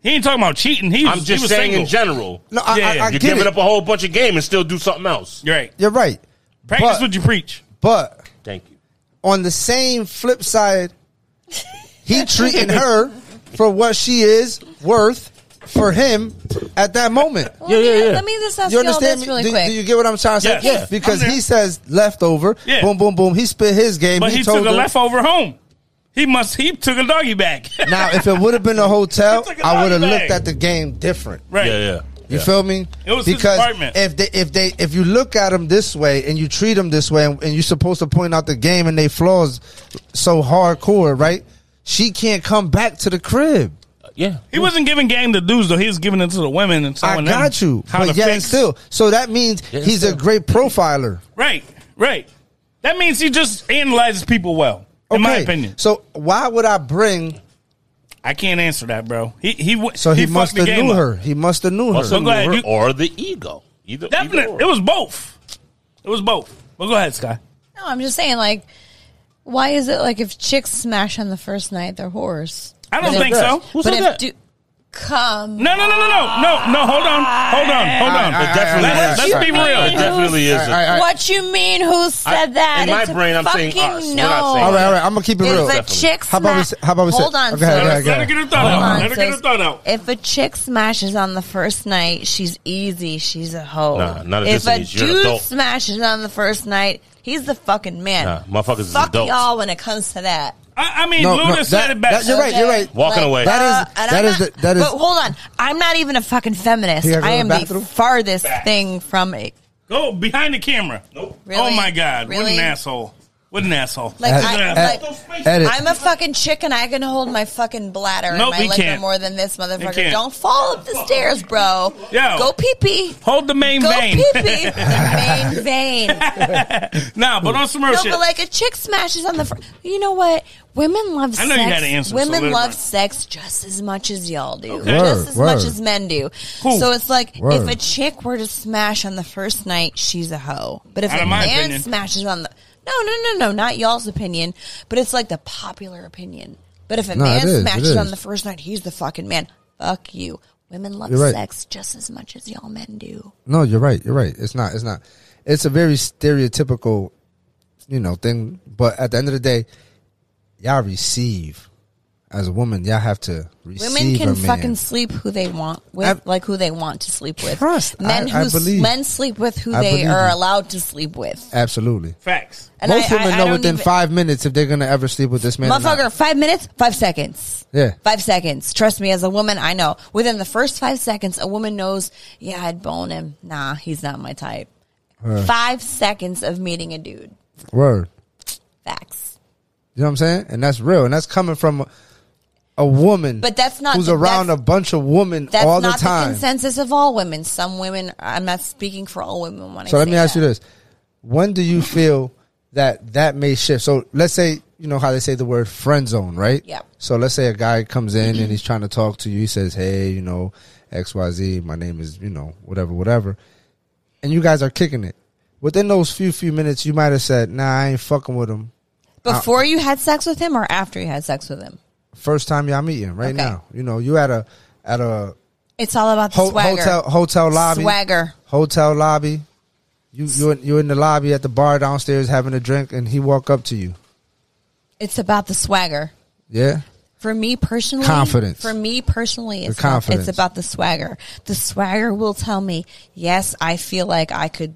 S1: He ain't talking about cheating. He was,
S2: I'm just
S1: he was
S2: saying
S1: single.
S2: in general.
S3: No, I,
S1: Yeah,
S3: I, I
S2: You're
S3: get
S2: giving
S3: it.
S2: up a whole bunch of game and still do something else.
S1: You're right.
S3: You're right.
S1: Practice
S3: but-
S1: what you preach.
S3: But
S2: Thank you.
S3: on the same flip side, he treating her for what she is worth for him at that moment.
S6: Let me-
S2: yeah, yeah.
S6: Let me just ask
S3: You
S6: you, all
S3: understand
S6: this
S3: me?
S6: really
S3: do,
S6: quick.
S3: do you get what I'm trying to say?
S1: Yes. Yeah.
S3: Because
S1: I'm there.
S3: he says leftover.
S1: Yeah.
S3: Boom, boom, boom. He spit his game.
S1: But he,
S3: told
S1: took a
S3: her-
S1: leftover home. He must. He took a doggy bag.
S3: Now, if it would have been a hotel,
S1: He took a
S3: I would have
S1: doggy
S3: looked
S1: bag.
S3: at the game different.
S1: right.
S2: Yeah, yeah.
S3: You
S2: yeah.
S3: feel me?
S1: It was his
S3: because
S1: apartment.
S3: if they if they if you look at them this way and you treat them this way and, and you're supposed to point out the game and they flaws so hardcore, right? She can't come back to the crib.
S2: Yeah.
S1: He wasn't giving game to dudes though. He was giving it to the women Oh, and
S3: I
S1: telling them
S3: got you,
S1: how
S3: but
S1: to
S3: yet
S1: fix.
S3: and still, so that means
S2: Yeah,
S3: he's a
S2: still.
S3: great profiler.
S1: Right. Right. That means he just analyzes people well, in my
S3: Okay,
S1: opinion.
S3: So why would I bring?
S1: I can't answer that, bro. He he. w-
S3: So he,
S1: fucked
S3: must
S1: the
S3: have
S1: game
S3: knew
S1: up.
S3: her. He must have knew her.
S2: Also
S1: go ahead,
S2: knew her
S1: you-
S2: or the ego. Either, either
S1: Definitely,
S2: or.
S1: it was both. It was both. But go ahead, Sky.
S4: No, I'm just saying, like, why is it like if chicks smash on the first night, they're whores?
S1: I don't
S4: But
S1: think
S4: if,
S1: so. Who
S4: but
S1: said
S4: if
S1: that?
S4: do come,
S1: No, no, no, no, no, no, no. Hold on, hold on, hold on.
S2: It definitely
S1: all right,
S2: is.
S1: all right, all right.
S2: It definitely is.
S3: all right.
S4: what you mean? Who said
S2: I-
S4: that?
S2: in my
S4: It's a
S2: brain, I'm saying
S4: fucking
S2: us. We're
S4: No.
S2: not saying
S3: All right, all right. I'm gonna keep it real.
S4: If a
S2: Definitely.
S4: chick
S3: How about we
S4: sma-
S3: say- how about we say-
S4: Hold on,
S3: okay,
S4: sis.
S3: okay, okay.
S1: Let her get her thought
S4: Hold
S1: out.
S4: on,
S1: Let her get her
S4: sis.
S1: thought out.
S4: If a chick smashes on the first night, she's easy. She's a hoe.
S2: Nah, not at
S4: if
S2: this
S4: a
S2: age. You're an
S4: dude
S2: adult.
S4: smashes on the first night, he's the fucking man.
S2: Nah, motherfuckers is
S4: Fuck
S2: adults.
S4: y'all when it comes to that.
S1: I, I mean,
S3: No,
S1: Luda
S3: no,
S1: said
S3: that-
S1: it best.
S3: that- you're right, you're right.
S2: Walking away.
S3: That is-
S4: and
S3: that
S4: I'm
S3: is
S4: not-
S3: the- that is-
S4: But hold on, I'm not even a fucking feminist.
S3: You gotta go
S4: I
S3: to
S4: am
S3: the
S4: the,
S3: bathroom?
S4: farthest
S1: Back.
S4: thing from a
S1: Go behind the camera. Nope.
S4: Really?
S1: Oh my god! What
S4: Really?
S1: an asshole! What an asshole!
S4: Like,
S1: What
S4: I-
S1: an
S4: like-
S1: asshole.
S3: Ed- edit.
S4: I'm a fucking chick and I can hold my fucking bladder
S1: Nope,
S4: and
S1: he
S4: my liquor
S1: can't.
S4: more than this
S1: He
S4: motherfucker.
S1: can't.
S4: Don't fall up the stairs, bro.
S1: Yo.
S4: Go pee pee.
S1: hold the main
S4: Go
S1: vein.
S4: pee pee. main vein.
S1: nah, but on some real
S4: No,
S1: shit.
S4: but like a chick smashes on the. Fr- you know what? Women love.
S1: I know you
S4: sex.
S1: gotta answer, so let
S4: Women
S1: it
S4: love
S1: run.
S4: sex just as much as y'all do,
S3: Word,
S4: just as
S3: word.
S4: much as men do.
S1: Cool.
S4: So it's like
S3: Word.
S4: if a chick were to smash on the first night, she's a hoe. But if
S1: Out
S4: a
S1: of my
S4: man
S1: opinion.
S4: smashes on the, no, no, no, no, not y'all's opinion, but it's like the popular opinion. But if a
S3: No,
S4: man
S3: it is, it
S4: smashes on
S3: is.
S4: the first night, he's the fucking man. Fuck you. Women love
S3: You're right.
S4: sex just as much as y'all men do.
S3: No, you're right. You're right. It's not. It's not. It's a very stereotypical, you know, thing. But at the end of the day, y'all receive as a woman. Y'all have to receive.
S4: Women
S3: a
S4: can
S3: man.
S4: fucking sleep who they want with,
S3: I-
S4: like who they want to sleep with.
S3: Trust.
S4: Men
S3: I- I
S4: who s-
S3: believe.
S4: men sleep with who
S3: I
S4: they
S3: believe
S4: are
S3: you.
S4: allowed to sleep with.
S3: absolutely.
S1: Facts.
S4: And
S3: Most
S4: I- I-
S3: women
S4: I
S3: know
S4: don't
S3: within
S4: even-
S3: five minutes if they're gonna ever sleep with this man. or not.
S4: Motherfucker, five minutes, five seconds.
S3: Yeah.
S4: Five seconds. Trust me, as a woman, I know. Within the first five seconds, a woman knows, yeah, I'd bone him. Nah, he's not my type. Five seconds of meeting a dude.
S3: Word.
S4: Facts.
S3: You know what I'm saying? And that's real. And that's coming from a, a woman.
S4: But that's not
S3: who's
S4: the-
S3: around a
S4: that's-
S3: bunch of women
S4: That's
S3: all
S4: not
S3: the time.
S4: consensus of all women. Some women, I'm not speaking for all women when I
S3: So let
S4: say
S3: me ask
S4: that.
S3: you this: When do you feel that that may shift? So let's say you know how they say the word friend zone, right?
S4: Yep.
S3: So let's say a guy comes in and he's trying to talk to you. He says, "Hey, you know, X Y Z. My name is you know whatever whatever," and you guys are kicking it. Within those few few minutes, you might have said, "Nah, I ain't fucking with him." Uh,
S4: Before you had sex with him or after you had sex with him?
S3: First time y'all meet him, right
S4: Okay.
S3: now. You know, you at a at a
S4: It's all about the
S3: ho-
S4: swagger.
S3: hotel hotel lobby.
S4: Swagger.
S3: hotel lobby. You you in- you in the lobby at the bar downstairs having a drink, and he walk up to you.
S4: It's about the swagger.
S3: Yeah,
S4: For me personally,
S3: Confidence.
S4: For me personally, it's
S3: The
S4: not-
S3: confidence.
S4: it's about the swagger. The swagger will tell me, yes, I feel like I could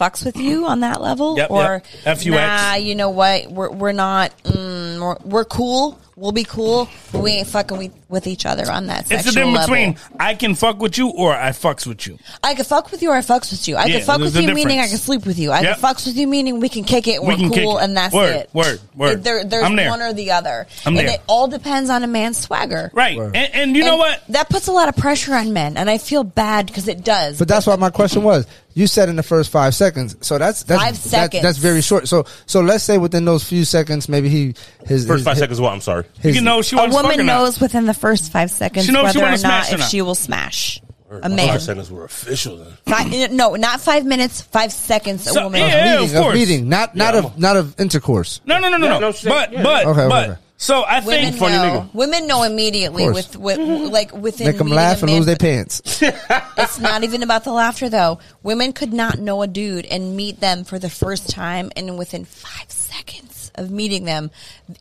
S4: fucks with you on that level,
S1: Yep,
S4: or
S1: yep. F you X.
S4: nah, you know what? We're we're not. Mm, we're, we're cool. We'll be cool, but we ain't fucking with, with each other on that.
S1: It's the
S4: sexual
S1: difference
S4: level.
S1: between I can fuck with you or I fucks with you.
S4: I could fuck with you or I fucks with you. I
S1: Yeah,
S4: could fuck
S1: there's
S4: with
S1: a
S4: you, meaning I
S1: difference.
S4: could sleep with you. I
S1: Yep.
S4: could fucks with you, meaning we can kick it,
S1: We
S4: we're
S1: can kick
S4: cool,
S1: it.
S4: and that's
S1: Word,
S4: it.
S1: word, word.
S4: There, there's
S1: I'm there.
S4: one or the other.
S1: I'm
S4: and
S1: there.
S4: it all depends on a man's swagger.
S1: Right. And, and you know
S4: And
S1: what?
S4: That puts a lot of pressure on men, and I feel bad because it does.
S3: but that's why my question was. You said in the first five seconds, so that's that's
S4: Five
S3: that's-
S4: seconds.
S3: that's very short. So so let's say within those few seconds, maybe he his
S2: First
S3: his-
S2: five
S3: his-
S2: seconds, what? I'm sorry.
S1: You
S3: his-
S1: can know if she
S4: a
S1: wants to fuck or
S4: woman
S1: not.
S4: knows within the first five seconds
S1: She knows if she
S4: whether
S1: wanna
S4: or
S1: smash
S4: not
S1: or
S4: if
S1: not.
S4: she will smash a man.
S2: Five seconds were official then.
S4: Five, no, not five minutes, five seconds. A
S1: So-
S4: woman.
S1: yeah,
S3: meeting,
S1: of course.
S3: meeting, not not of not of intercourse.
S1: No, no, no, no,
S2: Yeah,
S1: no.
S2: no, she-
S1: But
S2: yeah.
S1: but
S3: Okay, okay,
S1: but
S3: okay.
S1: so I
S4: Women
S1: think
S4: know.
S2: funny nigga.
S4: Women know immediately
S3: Of course.
S4: with, with like within
S3: Make them
S4: meeting
S3: laugh
S4: a
S3: and
S4: man,
S3: lose their
S4: but-
S3: pants.
S4: It's not even about the laughter though. Women could not know a dude and meet them for the first time and within five seconds of meeting them,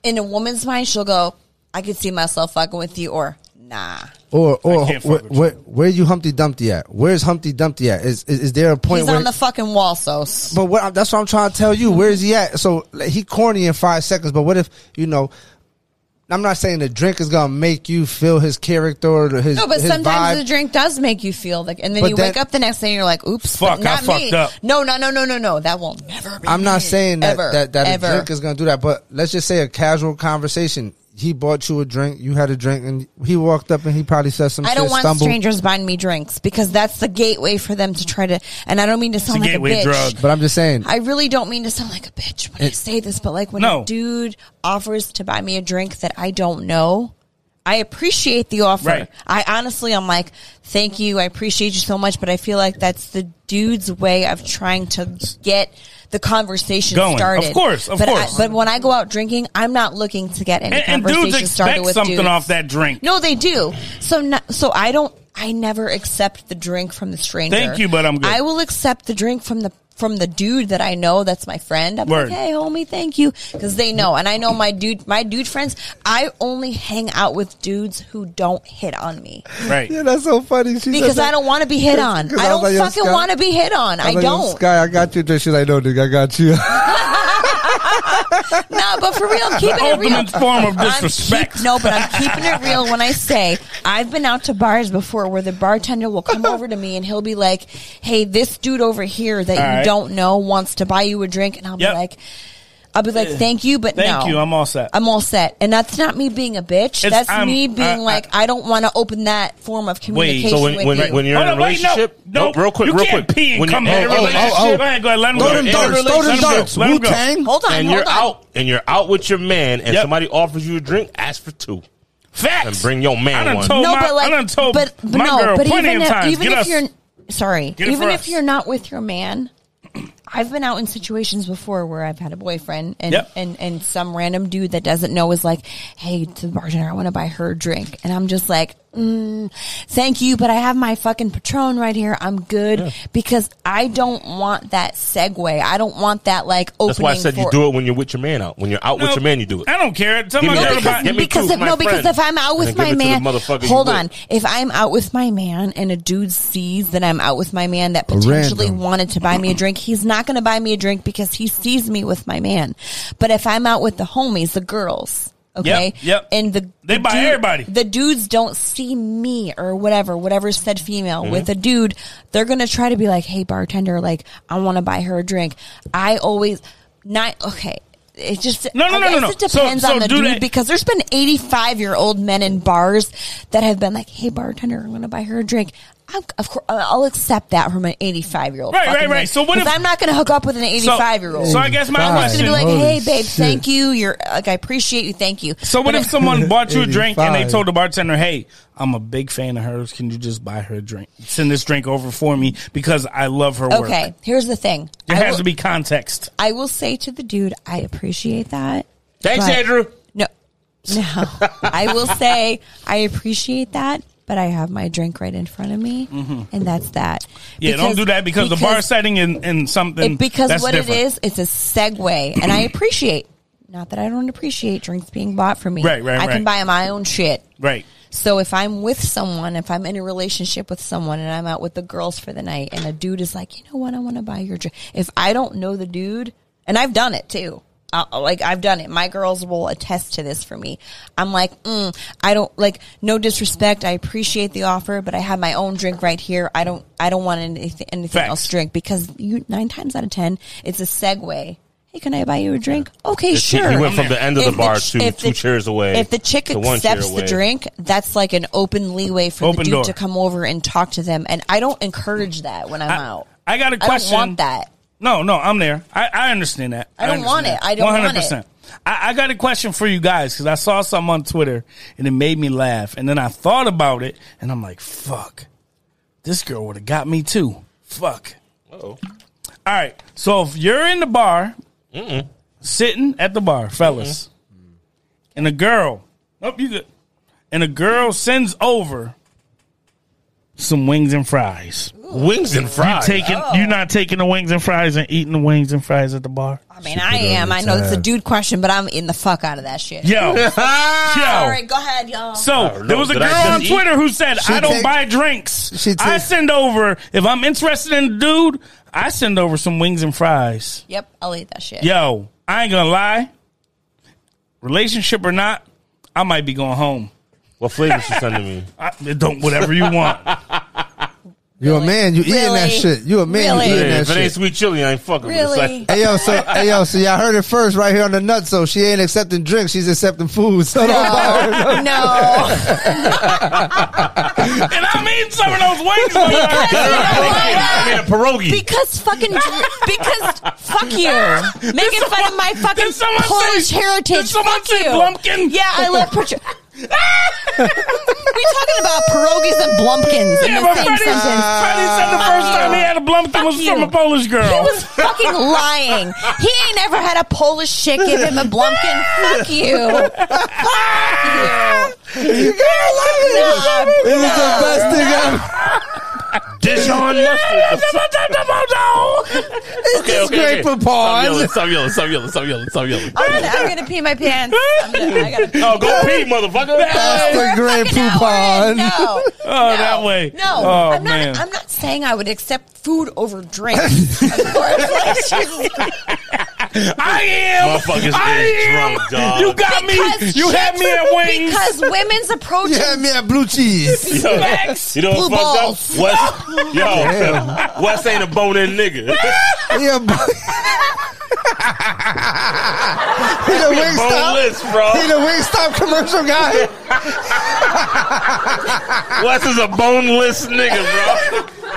S4: in a woman's mind she'll go, I could see myself fucking with you or nah.
S3: Or or
S1: can't fuck
S3: where,
S1: with you.
S3: where where you Humpty Dumpty at? Where's Humpty Dumpty at? Is is, is there a point
S4: He's
S3: where
S4: on the fucking wall, so s-
S3: But what, that's what I'm trying to tell you. Where is he at? So like, he corny in five seconds. But what if you know? I'm not saying the drink is gonna make you feel his character or his.
S4: No, but
S3: his
S4: sometimes
S3: vibe.
S4: the drink does make you feel like and then
S3: But
S4: you
S3: that-
S4: wake up the next day and you're like, Oops,
S1: Fuck, I
S4: not me.
S1: fucked up.
S4: No, no, no, no, no, no. That will never be
S3: I'm not
S4: me.
S3: saying that
S4: Ever.
S3: that, that a
S4: Ever.
S3: drink is gonna do that. But let's just say a casual conversation. he bought you a drink, you had a drink, and he walked up and he probably said some
S4: I
S3: shit,
S4: don't want
S3: stumbled.
S4: strangers buying me drinks because that's the gateway for them to try to. And I don't mean to sound like a
S1: gateway
S4: bitch.
S1: drug.
S3: But I'm just saying,
S4: I really don't mean to sound like a bitch when I say this, but like when
S1: No.
S4: a dude offers to buy me a drink that I don't know, I appreciate the offer.
S1: Right.
S4: I honestly, I'm like, thank you, I appreciate you so much, but I feel like that's the dude's way of trying to get the conversation
S1: Going. Of
S4: started.
S1: course, of
S4: but
S1: course.
S4: I, but when I go out drinking, I'm not looking to get any
S1: And, and
S4: conversation
S1: dudes
S4: started
S1: expect
S4: with
S1: something
S4: dudes.
S1: off that drink.
S4: No, they do. So no, so I don't. I never accept the drink from the stranger.
S1: Thank you, but I'm good.
S4: I will accept the drink from the from the dude that I know that's my friend. I'm
S1: Word.
S4: like, hey, homie, thank you, because they know, and I know my dude, my dude friends. I only hang out with dudes who don't hit on me
S1: Right.
S3: yeah, that's so funny. She
S4: because
S3: said
S4: I don't want to be hit on.
S3: Because
S4: I
S3: I was
S4: don't
S3: like, yo,
S4: fucking
S3: Scott.
S4: want to be hit on. I
S3: was like, "Yo,
S4: don't.
S3: Sky, I got you. Then she's like, no, nigga, I got you.
S4: Nah, but for real, I'm keeping it real.
S1: Ultimate form of
S4: I'm keep-
S1: disrespect.
S4: no, but I'm keeping it real when I say I've been out to bars before where the bartender will come over to me and he'll be like, "Hey, this dude over here that
S1: All
S4: you
S1: right.
S4: don't know wants to buy you a drink," and I'll
S1: Yep.
S4: be like, "I'll be like, thank you, but
S1: Thank
S4: no,
S1: you. I'm all set.
S4: I'm all set." And that's not me being a bitch.
S1: It's-
S4: that's
S1: I'm-
S4: me being
S1: I- I-
S4: like, I, don't want to open that form of communication
S2: So when
S4: with
S2: when,
S4: you.
S2: when you're in a
S1: Hold on, wait, no.
S2: relationship,
S1: No,
S2: Nope, real quick,
S1: you
S2: real
S1: can't
S2: quick.
S1: pee and
S2: when
S1: come
S2: you're
S1: in a
S2: oh, oh,
S1: relationship.
S2: oh, oh.
S1: Go ahead, go ahead, let him
S3: Throw
S1: go.
S3: them
S1: In a
S3: darts, throw them
S1: relationship,
S3: darts.
S1: let him go.
S3: Wu-Tang.
S4: hold on,
S2: and
S4: hold
S2: you're
S4: on.
S2: out and you're out with your man and
S1: Yep.
S2: somebody offers you a drink, ask for two.
S1: Facts.
S2: And bring your man
S1: I done
S2: one.
S1: Told
S4: no,
S1: my,
S4: but like,
S1: I done told
S4: but, but
S1: my
S4: no,
S1: girl
S4: but
S1: plenty
S4: even
S1: of
S4: if,
S1: times.
S4: even
S1: get
S4: if
S1: us-
S4: you're sorry,
S1: Get it
S4: even
S1: for
S4: if
S1: us.
S4: you're not with your man, I've been out in situations before where I've had a boyfriend and
S1: Yep.
S4: and and some random dude that doesn't know is like, hey, to the bartender, I want to buy her a drink, and I'm just like. Mm, thank you, but I have my fucking patron right here. I'm good because I don't want that segue. I don't want that like opening.
S2: That's why I said you
S4: for-
S2: do it when you're with your man out. When you're out
S1: No,
S2: with your man, you do it.
S1: I don't care. Tell
S2: Give
S1: my
S2: me
S1: girl
S2: that.
S1: about
S2: Give me
S4: because
S2: two
S4: if
S2: for
S4: no,
S2: my
S4: because
S2: friend.
S4: if I'm out
S2: And
S4: with
S2: then give
S4: my
S2: it to the
S4: man,
S2: motherfucker you
S4: hold
S2: with.
S4: on. If I'm out with my man and a dude sees that I'm out with my man that potentially
S3: random.
S4: wanted to buy me a drink, he's not going to buy me a drink because he sees me with my man. But if I'm out with the homies, the girls. Okay.
S1: yep.
S4: And the
S1: They
S4: the
S1: buy everybody.
S4: The dudes don't see me or whatever, whatever said female with
S2: Mm-hmm.
S4: a dude. They're gonna try to be like, "Hey, bartender, like I want to buy her a drink." I always not okay. It just
S1: No, no,
S4: I
S1: no, no,
S4: guess
S1: no.
S4: It
S1: So-
S4: depends
S1: so
S4: on the
S1: do
S4: dude
S1: that-
S4: because there's been 85 year old men in bars that have been like, "Hey, bartender, I'm going to buy her a drink." I'm, of course, I'll accept that from an 85 year old.
S1: Right, right, right. So what if-
S4: I'm not going to hook up with an 85 year old?
S1: So I guess my
S3: Five.
S4: I'm
S1: question.
S4: going to be like,
S3: Holy
S4: "Hey, babe,
S3: shit.
S4: thank you. You're like, I appreciate you. Thank you."
S1: So what
S4: But
S1: if someone bought you a drink and they
S3: 85.
S1: told the bartender, "Hey, I'm a big fan of hers. Can you just buy her a drink? Send this drink over for me because I love her work."
S4: Okay, here's the thing.
S1: There
S4: I
S1: has
S4: will-
S1: to be context.
S4: I will say to the dude, I appreciate that.
S2: Thanks,
S4: but-
S2: Andrew.
S4: No, no. I will say I appreciate that, but I have my drink right in front of me, and that's that.
S1: Mm-hmm. Yeah, don't
S4: Because-
S1: do that because, the bar setting and, and something
S4: it- because
S1: that's
S4: what
S1: different.
S4: it is, it's a segue, and I appreciate. Not that I don't appreciate drinks being bought for me.
S1: Right, right,
S4: I
S1: right.
S4: can buy my own shit.
S1: right?
S4: So if I'm with someone, if I'm in a relationship with someone and I'm out with the girls for the night and a dude is like, you know what, I want to buy your drink. If I don't know the dude, and I've done it too. Uh, like I've done it. My girls will attest to this for me. I'm like, mm, I don't like no disrespect. I appreciate the offer, but I have my own drink right here. I don't, I don't want anything, anything
S1: Facts.
S4: else to drink because you nine times out of 10, it's a segue. Hey, can I buy you a drink? Okay,
S2: He-
S4: sure.
S2: He went from the end of the
S4: If
S2: bar
S4: ch-
S2: to
S4: if
S2: two
S4: the-
S2: chairs away.
S4: If the chick
S2: to one chair
S4: accepts the
S2: away.
S4: drink, that's like an open leeway for
S1: Open
S4: the dude
S1: door.
S4: to come over and talk to them. And I don't encourage that when I'm out.
S1: I got a question.
S4: I don't want that.
S1: No, no, I'm there. I, I understand that.
S4: I don't
S1: understand
S4: want it.
S1: that.
S4: I don't want it.
S1: 100%. I, I got a question for you guys because I saw something on Twitter and it made me laugh. And then I thought about it and I'm like, fuck, this girl would have got me too. Fuck. oh All right. So if you're in the bar, sitting at the bar, fellas, and a girl, oh, you good. And a girl sends over some wings and fries.
S2: wings and fries.
S1: Taking you're not taking the wings and fries and eating the wings and fries at the bar.
S4: I mean, I am. I know it's a dude question, but I'm in the fuck out of that shit.
S1: Yo, yo.
S4: All right, go ahead, y'all.
S1: So there was a
S2: Did
S1: girl
S2: I just
S1: on
S2: eat?
S1: Twitter who said,
S3: She
S1: "I don't
S3: take-
S1: buy drinks.
S3: She
S1: I
S3: take-
S1: send over if I'm interested in the dude. I send over some wings and fries."
S4: yep, I'll eat that shit.
S1: Yo, I ain't gonna lie. Relationship or not, I might be going home.
S2: What flavor she sending me?
S1: I, don't whatever you want.
S3: You a
S4: Really?
S3: man. You eating that
S4: Really?
S3: shit. You a man. You
S4: Really?
S3: eating
S2: Yeah,
S3: that
S2: if it ain't
S3: shit.
S2: sweet chili, I ain't fucking with it. It's
S4: Really?
S2: like,
S3: Hey yo, so hey yo, so y'all heard it first right here on the nut. So she ain't accepting drinks; she's accepting food. So don't buy her.
S4: No, no.
S1: and I mean some of those wings. though.
S2: I need a pierogi.
S4: Because fucking, because fuck you, making fun of my fucking
S1: Did someone
S4: Polish
S1: say-
S4: heritage.
S1: did someone
S4: fuck
S1: say
S4: you.
S1: Blumpkin?
S4: Yeah, I love Pritchard. we talking about pierogies and blumpkins in
S1: Yeah,
S4: the
S1: but
S4: same
S1: Freddie,
S4: sentence.
S1: Freddie said the first time he had a blumpkin was
S4: you.
S1: from a Polish girl.
S4: He was fucking lying. He ain't ever had a Polish chick give him a blumpkin. Fuck you. Fuck
S3: You gotta
S4: you.
S3: love it. It was the best thing ever.
S2: Dijon mustard. okay,
S3: great for
S2: Stop
S3: pause.
S2: yelling, stop yelling, stop yelling, stop yelling, stop yelling.
S4: I'm gonna, I'm gonna pee my pants. I'm gonna, I gotta pee.
S2: Oh, go pee, motherfucker.
S3: That's the
S4: We're
S3: great
S4: fucking hour
S3: coupon.
S4: in. No.
S1: Oh, that way.
S4: No,
S1: Oh,
S4: I'm not.
S1: man.
S4: I'm not saying I would accept food over drinks. of course,
S1: I am.
S2: Motherfuckers is
S1: I am.
S2: drunk, dog.
S1: You got me.
S4: Because
S1: You had me at wings.
S4: because women's approach.
S3: You had me at blue cheese.
S2: Yo,
S1: Facts.
S2: You know
S4: Blue
S2: what
S4: balls.
S2: fucked up? West, yo, West ain't a bone in nigga.
S3: Yeah, bu- he the wing stop.
S2: Boneless, bro.
S3: He the wing stop commercial guy.
S2: Wes is a boneless nigga, bro.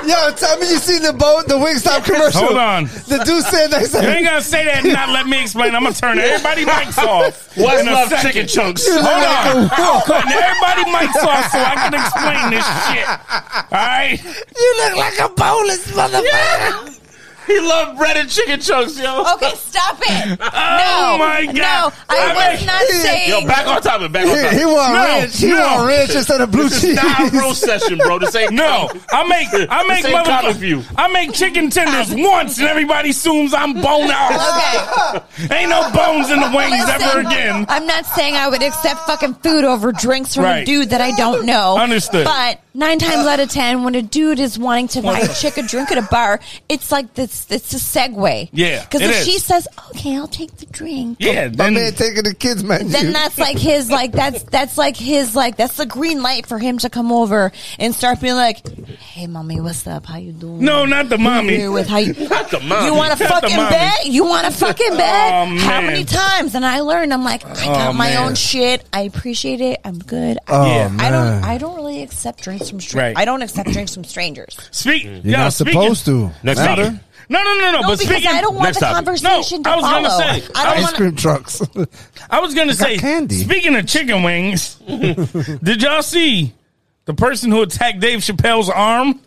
S3: Yo, tell me you seen the boat, the wing stop commercial.
S1: Hold on.
S3: The dude said next
S1: You ain't
S3: time.
S1: gonna say that and not let me explain. I'm gonna turn everybody mics off.
S2: Wes
S1: in a
S2: loves
S1: second.
S2: chicken chunks.
S3: You look
S1: Hold
S3: like
S1: on.
S3: a wolf.
S1: Turn everybody mics off so I can explain this shit. All right.
S3: You look like a boneless motherfucker.
S2: He loves bread and chicken chunks, yo.
S4: Okay, stop it. No,
S1: Oh, my God.
S4: no,
S1: I
S4: I was
S1: mean-
S4: not saying.
S2: Yo, back on topic, back on
S3: He, he
S2: topic.
S3: want
S1: No,
S3: ranch. He
S1: no.
S3: want ranch instead of blue
S2: This is
S3: cheese.
S2: not a roast session, bro. This ain't
S1: No, I make I make
S2: This ain't common view.
S1: motherfucker. I make chicken tenders once, and everybody assumes I'm bone out.
S4: okay,
S1: Ain't no bones in the wings
S4: listen,
S1: ever again.
S4: I'm not saying I would accept fucking food over drinks from
S1: Right.
S4: a dude that I don't know.
S1: Understood.
S4: But nine times out of ten, when a dude is wanting to buy a chick a drink at a bar, it's like this. It's a segue.
S1: Yeah,
S4: Because
S1: it
S4: if
S1: is.
S4: she says, "Okay, I'll take the drink,"
S1: Yeah,
S3: My
S1: then
S3: man taking the kids menu.
S4: then that's like his like that's that's like his like that's the green light for him to come over and start being like, "Hey, mommy, what's up? How you doing?"
S1: no, not the mommy.
S4: Here with how you,
S2: Not the mommy.
S4: you want a
S1: Not the
S4: fucking
S1: mommy.
S4: bed? You want a fucking bed?
S1: Oh,
S4: How
S1: man.
S4: many times? And I learned. I'm like, I got
S1: Oh,
S4: my
S1: man.
S4: own shit. I appreciate it. I'm good.
S3: oh,
S1: Yeah.
S3: man.
S4: I don't. I don't really accept drinks from strangers.
S1: Right.
S4: I don't accept drinks from strangers.
S1: Speak.
S3: You're not supposed to.
S2: Next
S3: Matter.
S2: topic.
S1: No, no, no, no.
S4: No,
S1: but
S4: because
S1: speaking,
S4: I don't want
S2: next
S4: the
S2: topic.
S4: conversation
S1: No,
S4: to
S1: I was gonna
S4: follow.
S1: say,
S4: I
S1: I
S4: don't
S1: was-
S3: Ice
S4: want to.
S3: cream trucks.
S1: I was gonna
S3: got
S1: say.
S3: candy.
S1: Speaking of chicken wings, did y'all see the person who attacked Dave Chappelle's arm?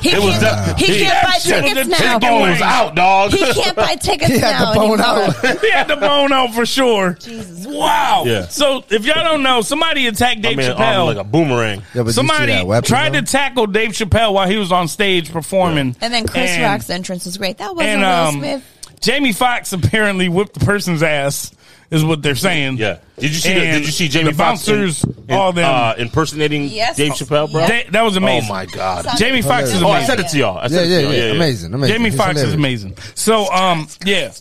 S4: He
S2: It was
S4: can't,
S2: the-
S4: he can't buy
S1: That shit was
S4: tickets
S1: the
S4: now.
S1: chicken
S2: Bones out, dog.
S4: He can't buy tickets
S3: He had
S4: now
S3: the bone
S4: anymore.
S3: out.
S1: he had the bone out for sure. Wow.
S2: Yeah.
S1: So if y'all don't know, somebody attacked
S2: I
S1: Dave
S2: mean,
S1: Chappelle.
S2: um, like a boomerang.
S3: Yeah, but you see
S1: Somebody
S3: that weapon,
S1: tried
S3: though?
S1: to tackle Dave Chappelle while he was on stage performing.
S4: And then Chris
S1: And-
S4: Rock's entrance was great. That wasn't
S1: And
S4: Will
S1: um,
S4: Smith.
S1: Jamie Foxx apparently whipped the person's ass, is what they're saying.
S2: Yeah. Did you see? The,
S1: And
S2: did you see Jamie
S1: the
S2: Foxx in-
S1: bouncers,
S2: in,
S1: all them.
S2: uh, impersonating
S4: Yes.
S2: Dave Chappelle, bro?
S1: That- that was amazing.
S2: Oh my god.
S1: Jamie Foxx is
S3: Hilarious.
S2: Oh, I
S1: amazing.
S2: said it to y'all. I
S3: yeah,
S2: said
S3: yeah,
S2: it to
S3: yeah,
S2: y'all.
S3: Amazing, amazing.
S1: Jamie
S3: It's
S1: Foxx is
S3: hilarious.
S1: amazing. So, um, yeah.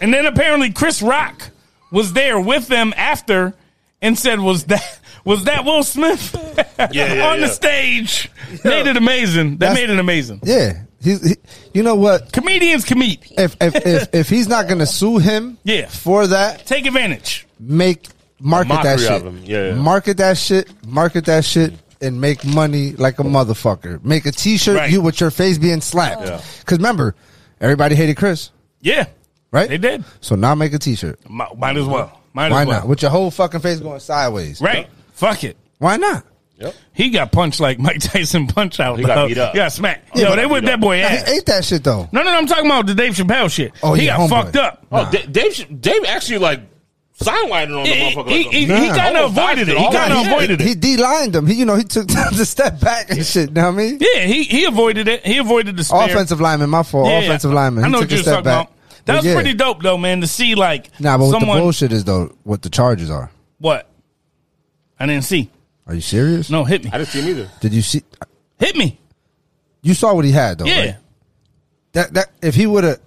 S1: And then apparently Chris Rock was there with them after and said, "Was that was that Will Smith
S2: Yeah, yeah,
S1: on
S2: yeah.
S1: the stage?" Made it amazing. That
S3: That's-
S1: made it amazing.
S3: Yeah, he's. He, you know what?
S1: Comedians commit.
S3: If if if, if he's not gonna sue him,
S1: Yeah.
S3: for that,
S1: Take advantage.
S3: make market that
S2: Mockery
S3: shit.
S2: of him, yeah, yeah.
S3: Market that shit. Market that shit. And make money like a motherfucker. Make a T-shirt
S1: Right.
S3: you with your face being slapped.
S2: Yeah.
S3: Because remember, everybody hated Chris,
S1: Yeah,
S3: right?
S1: they did.
S3: So now make a T-shirt.
S1: Might, might as well. Might
S3: Why
S1: as well.
S3: not? With your whole fucking face going sideways.
S1: Right. Fuck it.
S3: Why not?
S2: Yep.
S1: He got punched like Mike Tyson punch out.
S2: He got
S1: dog.
S2: beat up.
S1: He got smacked.
S3: Yeah,
S1: Yo,
S3: but-
S1: they whipped that boy ass.
S3: He ate that shit though.
S1: No, no, no. I'm talking about the Dave Chappelle shit.
S3: Oh,
S1: he
S3: yeah,
S1: got
S3: homeboy.
S1: fucked up.
S2: Oh, Da- Dave. Sh- Dave actually like sidelining on the
S1: He,
S2: motherfucker.
S1: he,
S2: like a-
S1: he,
S3: Nah.
S1: kind
S2: Oh,
S1: of avoided it. He
S2: all
S1: kind
S2: that
S1: of
S2: shit.
S1: avoided
S3: He
S1: it.
S3: de-lined him. He, you know, he took time to step back and shit. You know what I mean?
S1: Yeah, he, he avoided it. He avoided the stare.
S3: Offensive lineman, my fault.
S1: Yeah,
S3: Offensive lineman.
S1: I
S3: He
S1: know
S3: took
S1: what
S3: a
S1: you're talking
S3: step back.
S1: about. That
S3: But
S1: was
S3: yeah.
S1: pretty dope though, man. To see like
S3: Nah, but what
S1: someone
S3: the bullshit is though, what the charges are.
S1: what? I didn't see.
S3: Are you serious?
S1: No, hit me.
S2: I didn't see him either.
S3: Did you see?
S1: Hit me.
S3: You saw what he had though.
S1: Yeah.
S3: right? That that if he would have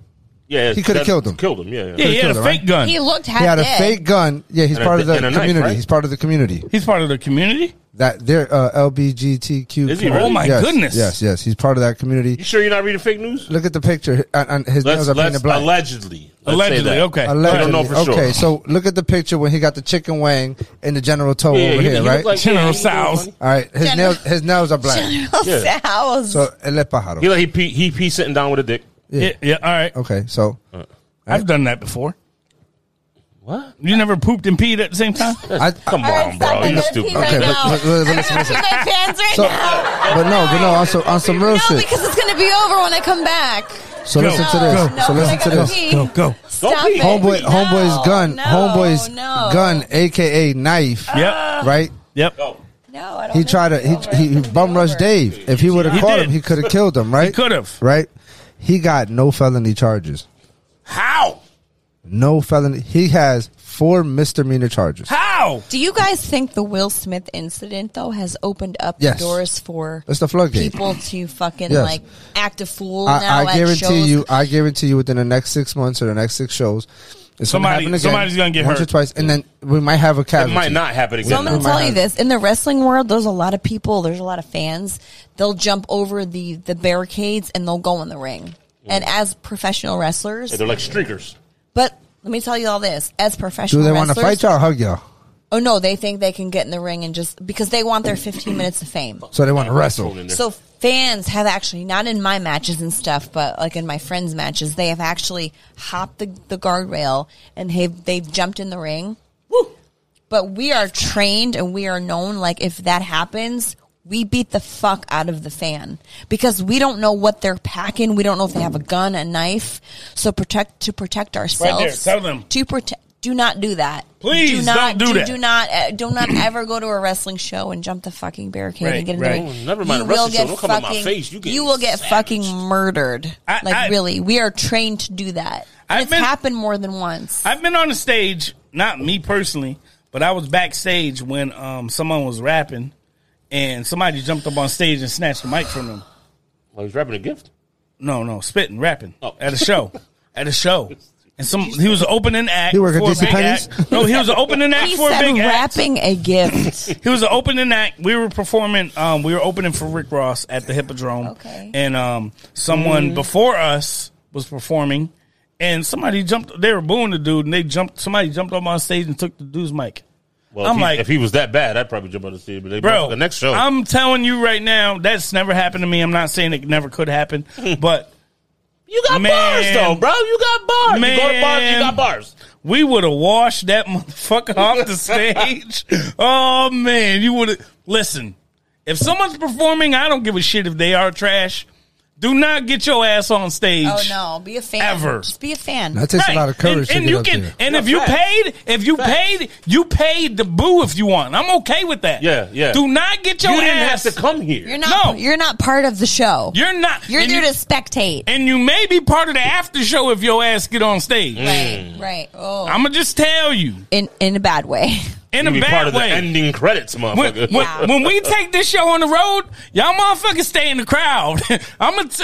S2: Yeah,
S3: He coulda
S2: that-
S3: killed him.
S2: Killed him. Yeah, yeah.
S1: Yeah, he had a
S3: killed her,
S1: fake gun.
S4: He looked half
S3: He had a
S4: dead.
S3: fake gun. Yeah, he's
S2: And a
S3: part of
S2: di-
S3: the
S2: and a knife,
S3: community.
S2: right?
S3: He's part of the community.
S1: He's part of the community.
S3: That they're uh, LBGTQ.
S2: Is he
S3: community.
S2: really? Oh
S1: my
S3: Yes,
S1: goodness.
S3: Yes, yes, he's part of that
S2: You
S3: community.
S2: sure you're not reading fake news?
S3: Look at the picture. And, and his
S2: Let's,
S3: nails are
S2: let's
S3: painted black.
S2: allegedly. Let's say
S1: Allegedly,
S2: that.
S1: okay.
S3: Allegedly.
S2: I don't know for sure.
S3: Okay, so look at the picture when he got the chicken wing and the general toe
S2: Yeah,
S3: over
S2: he-
S3: here,
S2: he looked
S3: right?
S2: like-
S1: General
S2: yeah, he-
S1: Sows.
S3: All right, his
S4: General-
S3: nails his nails are black.
S2: Yeah.
S4: Sows.
S3: So el pájaro.
S2: He like he pee, he pee sitting down with a dick.
S1: Yeah, yeah, all right.
S3: Okay, so
S1: I've done that before.
S2: What?
S1: You never pooped and peed at the same time?
S3: I, I
S2: Come on, bro. You stupid.
S3: okay, but, but, but listen, listen.
S4: my pants right
S3: So,
S4: now.
S3: but no, but no, on some on some real
S4: No,
S3: shit.
S4: because it's gonna be over when I come back.
S3: So listen to this.
S4: No,
S3: so
S4: no,
S3: listen
S4: I
S3: to
S4: gotta
S3: this.
S4: pee.
S1: Go, go.
S4: Stop
S2: pee.
S4: it.
S3: Homeboy,
S4: No,
S3: homeboy's gun,
S4: no,
S3: homeboy's
S4: no.
S3: gun, aka knife,
S1: Yep.
S3: right?
S1: Yep.
S4: No, I don't.
S3: He
S4: think
S3: tried to
S4: it's
S3: he he,
S4: over.
S3: he
S4: It's gonna
S3: bum
S4: be
S3: rushed
S4: over.
S3: Dave. If he would have
S1: He
S3: caught
S1: did.
S3: him, he could have killed him, right?
S1: could've.
S3: right? He got no felony charges.
S1: How?
S3: No felony. He has four misdemeanor charges.
S1: How?
S4: Do you guys think the Will Smith incident though has opened up
S3: Yes.
S4: the doors for
S3: It's the floodgate.
S4: people to fucking
S3: Yes.
S4: like act a fool now
S3: I, I
S4: at
S3: guarantee
S4: shows?
S3: you. I guarantee you. Within the next six months or the next six shows, it's
S1: Somebody-
S3: gonna happen again,
S1: somebody's gonna get
S3: once
S1: hurt.
S3: or twice, and then we might have a
S2: It
S3: casualty.
S2: might not happen
S4: So I'm
S2: again.
S4: going to
S3: Yeah.
S4: tell you
S3: Mind.
S4: this: in the wrestling world, there's a lot of people, there's a lot of fans. They'll jump over the the barricades and they'll go in the ring. And as professional wrestlers,
S2: They're like streakers.
S4: but let me tell you all this: as professional
S3: Do they want
S4: wrestlers,
S3: to fight y'all? Or hug y'all?
S4: oh no, they think they can get in the ring and just because they want their 15 minutes of fame.
S3: So they want to wrestle.
S4: So fans have actually not in my matches and stuff, but like in my friends' matches, they have actually hopped the, the guardrail and have they've jumped in the ring. But we are trained and we are known. Like if that happens, we beat the fuck out of the fan because we don't know what they're packing. We don't know if they have a gun, a knife. So protect to protect ourselves.
S1: tell them.
S4: to protect. Do not do that.
S1: Please
S4: do not,
S1: don't do that.
S4: Do not uh, do not ever go to a wrestling show and jump the fucking barricade
S1: Right,
S4: and get in
S1: right.
S4: the ring.
S2: Oh, never mind a wrestling
S4: You will
S2: show.
S4: get
S2: Don't come in
S4: fucking.
S2: my face. You get
S4: you will get
S2: savaged.
S4: fucking murdered.
S1: I-
S4: like
S1: I-
S4: really, we are trained to do that. And
S1: I've
S4: it's
S1: been-
S4: happened more than once.
S1: I've been on the stage, not me personally, but I was backstage when um, someone was rapping and somebody jumped up on stage and snatched the mic from them.
S2: Well, he's wrapping a gift.
S1: No, no, spitting, rapping
S2: Oh.
S1: at a show, at a show. And some he was an opening act.
S3: He work at
S1: for a
S3: JC
S1: big
S3: Penney's?
S1: act. No, he was an opening act
S4: he
S1: for a
S4: said
S1: big act.
S4: wrapping a gift.
S1: He was an opening act. We were performing. Um, we were opening for Rick Ross at the Hippodrome.
S4: Okay. Mm-hmm.
S1: And um, someone before us was performing, and somebody jumped. They were booing the dude, and they jumped. Somebody jumped up on stage and took the dude's mic.
S2: Well,
S1: I'm
S2: if he,
S1: like-
S2: if he was that bad, I'd probably jump out of the stage. But they
S1: Bro,
S2: the next show,
S1: I'm telling you right now, that's never happened to me. I'm not saying it never could happen, but
S2: you got
S1: Man.
S2: bars though, bro. You got bars. You go to bars, you
S1: Man.
S2: got bars.
S1: we would have washed that motherfucker off the stage. Oh man, you would have listen. If someone's performing, I don't give a shit if they are trash. Do not get your ass on stage.
S4: oh no, be a fan.
S1: Ever.
S4: just be a fan.
S3: That takes
S1: Right.
S3: a lot of courage
S1: and, and
S3: to get
S1: you
S3: up
S1: can,
S3: there.
S1: and
S2: Yeah,
S1: if you
S2: facts.
S1: paid, if you paid, you paid the boo if you want. I'm okay with that.
S2: Yeah, yeah.
S1: Do not get your
S2: you didn't
S1: ass.
S2: have to come here.
S4: you're not.
S1: No.
S4: You're not part of the show.
S1: You're not.
S4: You're
S1: and
S4: there
S1: you,
S4: to spectate.
S1: and you may be part of the after show if your ass get on stage.
S4: right. Right. Oh,
S1: I'ma just tell you
S4: in in a bad way.
S1: in
S2: You
S1: a
S2: be
S1: bad
S2: part of the
S1: way.
S2: ending credits,
S1: when,
S2: motherfucker.
S1: when-
S4: Yeah.
S1: when we take this show on the road, y'all motherfuckers stay in the crowd. I'm gonna t-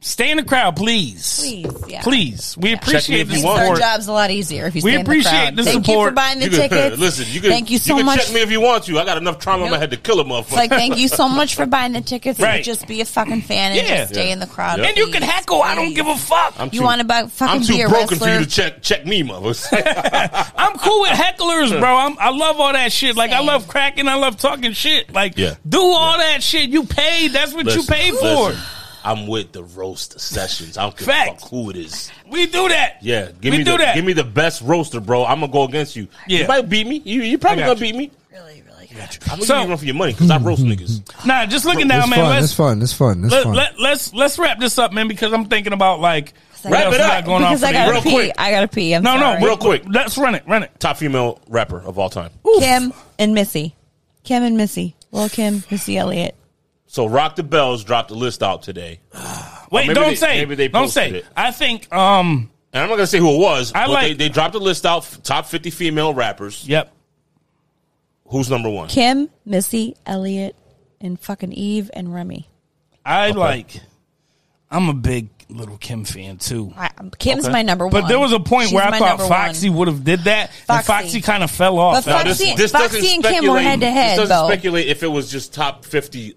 S1: stay in the crowd, please.
S4: Please, yeah.
S1: Please. We appreciate
S2: if
S1: the
S2: you
S4: Makes
S2: want.
S4: our
S1: support.
S4: job's a lot easier if you.
S1: We
S4: stay in
S1: appreciate
S4: the, crowd.
S1: the
S4: Thank you
S1: support.
S4: for buying the
S2: You can-
S4: tickets.
S2: listen, you can
S4: Thank you so
S2: can
S4: much.
S2: check me if you want to. I got enough trauma in my
S4: Nope.
S2: head to kill a motherfucker.
S4: It's like, thank you so much for buying the tickets.
S1: Right.
S4: But just be a fucking fan and
S1: Yeah.
S4: just stay in the crowd.
S2: Yep.
S1: and you can
S4: please.
S1: heckle. I don't give a fuck. I'm,
S2: I'm
S4: You
S2: too-
S4: want to buy, fucking
S2: I'm too
S4: be a
S2: broken
S4: wrestler?
S2: for you to check check me, motherfucker.
S1: cool with hecklers, bro. I'm, I love all that shit. Like I
S4: Same.
S1: love cracking. I love talking shit. Like
S2: Yeah.
S1: do all that shit. You paid. That's what you
S2: Listen,
S1: paid for.
S2: listen, I'm with the roast sessions. I don't give
S1: Facts.
S2: a fuck who it is.
S1: We do that.
S2: Yeah, give
S1: we
S2: me
S1: do
S2: the,
S1: that.
S2: Give me the best roaster, bro. I'm gonna go against you.
S1: Yeah.
S2: you might beat me. You you probably
S1: I
S2: gonna
S1: got
S2: beat me.
S4: Really, really.
S2: I'm gonna
S1: So-
S2: give you run for your money because I roast niggas.
S1: nah, just looking down,
S3: It's
S1: man.
S3: fun.
S1: um, Let's
S3: It's fun. It's fun. It's
S1: let,
S3: fun.
S1: let, us let's wrap this up, man, because I'm thinking about like what
S4: Wrap
S1: else
S2: it
S1: we got
S2: up.
S1: going
S4: Because
S1: on
S4: I
S1: for the
S4: gotta
S1: year.
S4: pee. I gotta pee. I'm
S1: No,
S4: sorry.
S1: no, real
S2: Real
S1: quick.
S2: quick.
S1: Let's run it, run it.
S2: Top female rapper of all time.
S4: Kim and Missy. Kim and Missy. Well, Kim, Missy Elliott.
S2: So Rock the Bells dropped a list out today,
S1: Wait,
S2: maybe
S1: don't
S2: they-
S1: say.
S2: maybe they
S1: don't
S2: posted
S1: say.
S2: it.
S1: I think. Um.
S2: and I'm not gonna say who it was.
S1: I
S2: but
S1: like-
S2: they, they dropped a list out f- top 50 female rappers.
S1: Yep.
S2: Who's number one?
S4: Kim, Missy Elliott, and fucking Eve and Remy.
S1: I like. I'm a big little Kim fan too.
S6: I,
S4: um,
S6: Kim's my number one.
S1: But there was a point
S6: She's
S1: where I
S6: my
S1: thought
S6: number
S1: Foxy
S6: one.
S1: would have did that, and
S6: Foxy.
S1: Foxy kind of fell off.
S6: But
S1: after
S6: Foxy-
S1: that.
S2: this doesn't
S6: Foxy and Kim were
S2: speculate-
S6: head-to-head,
S2: This doesn't
S6: though.
S2: speculate if it was just top fifty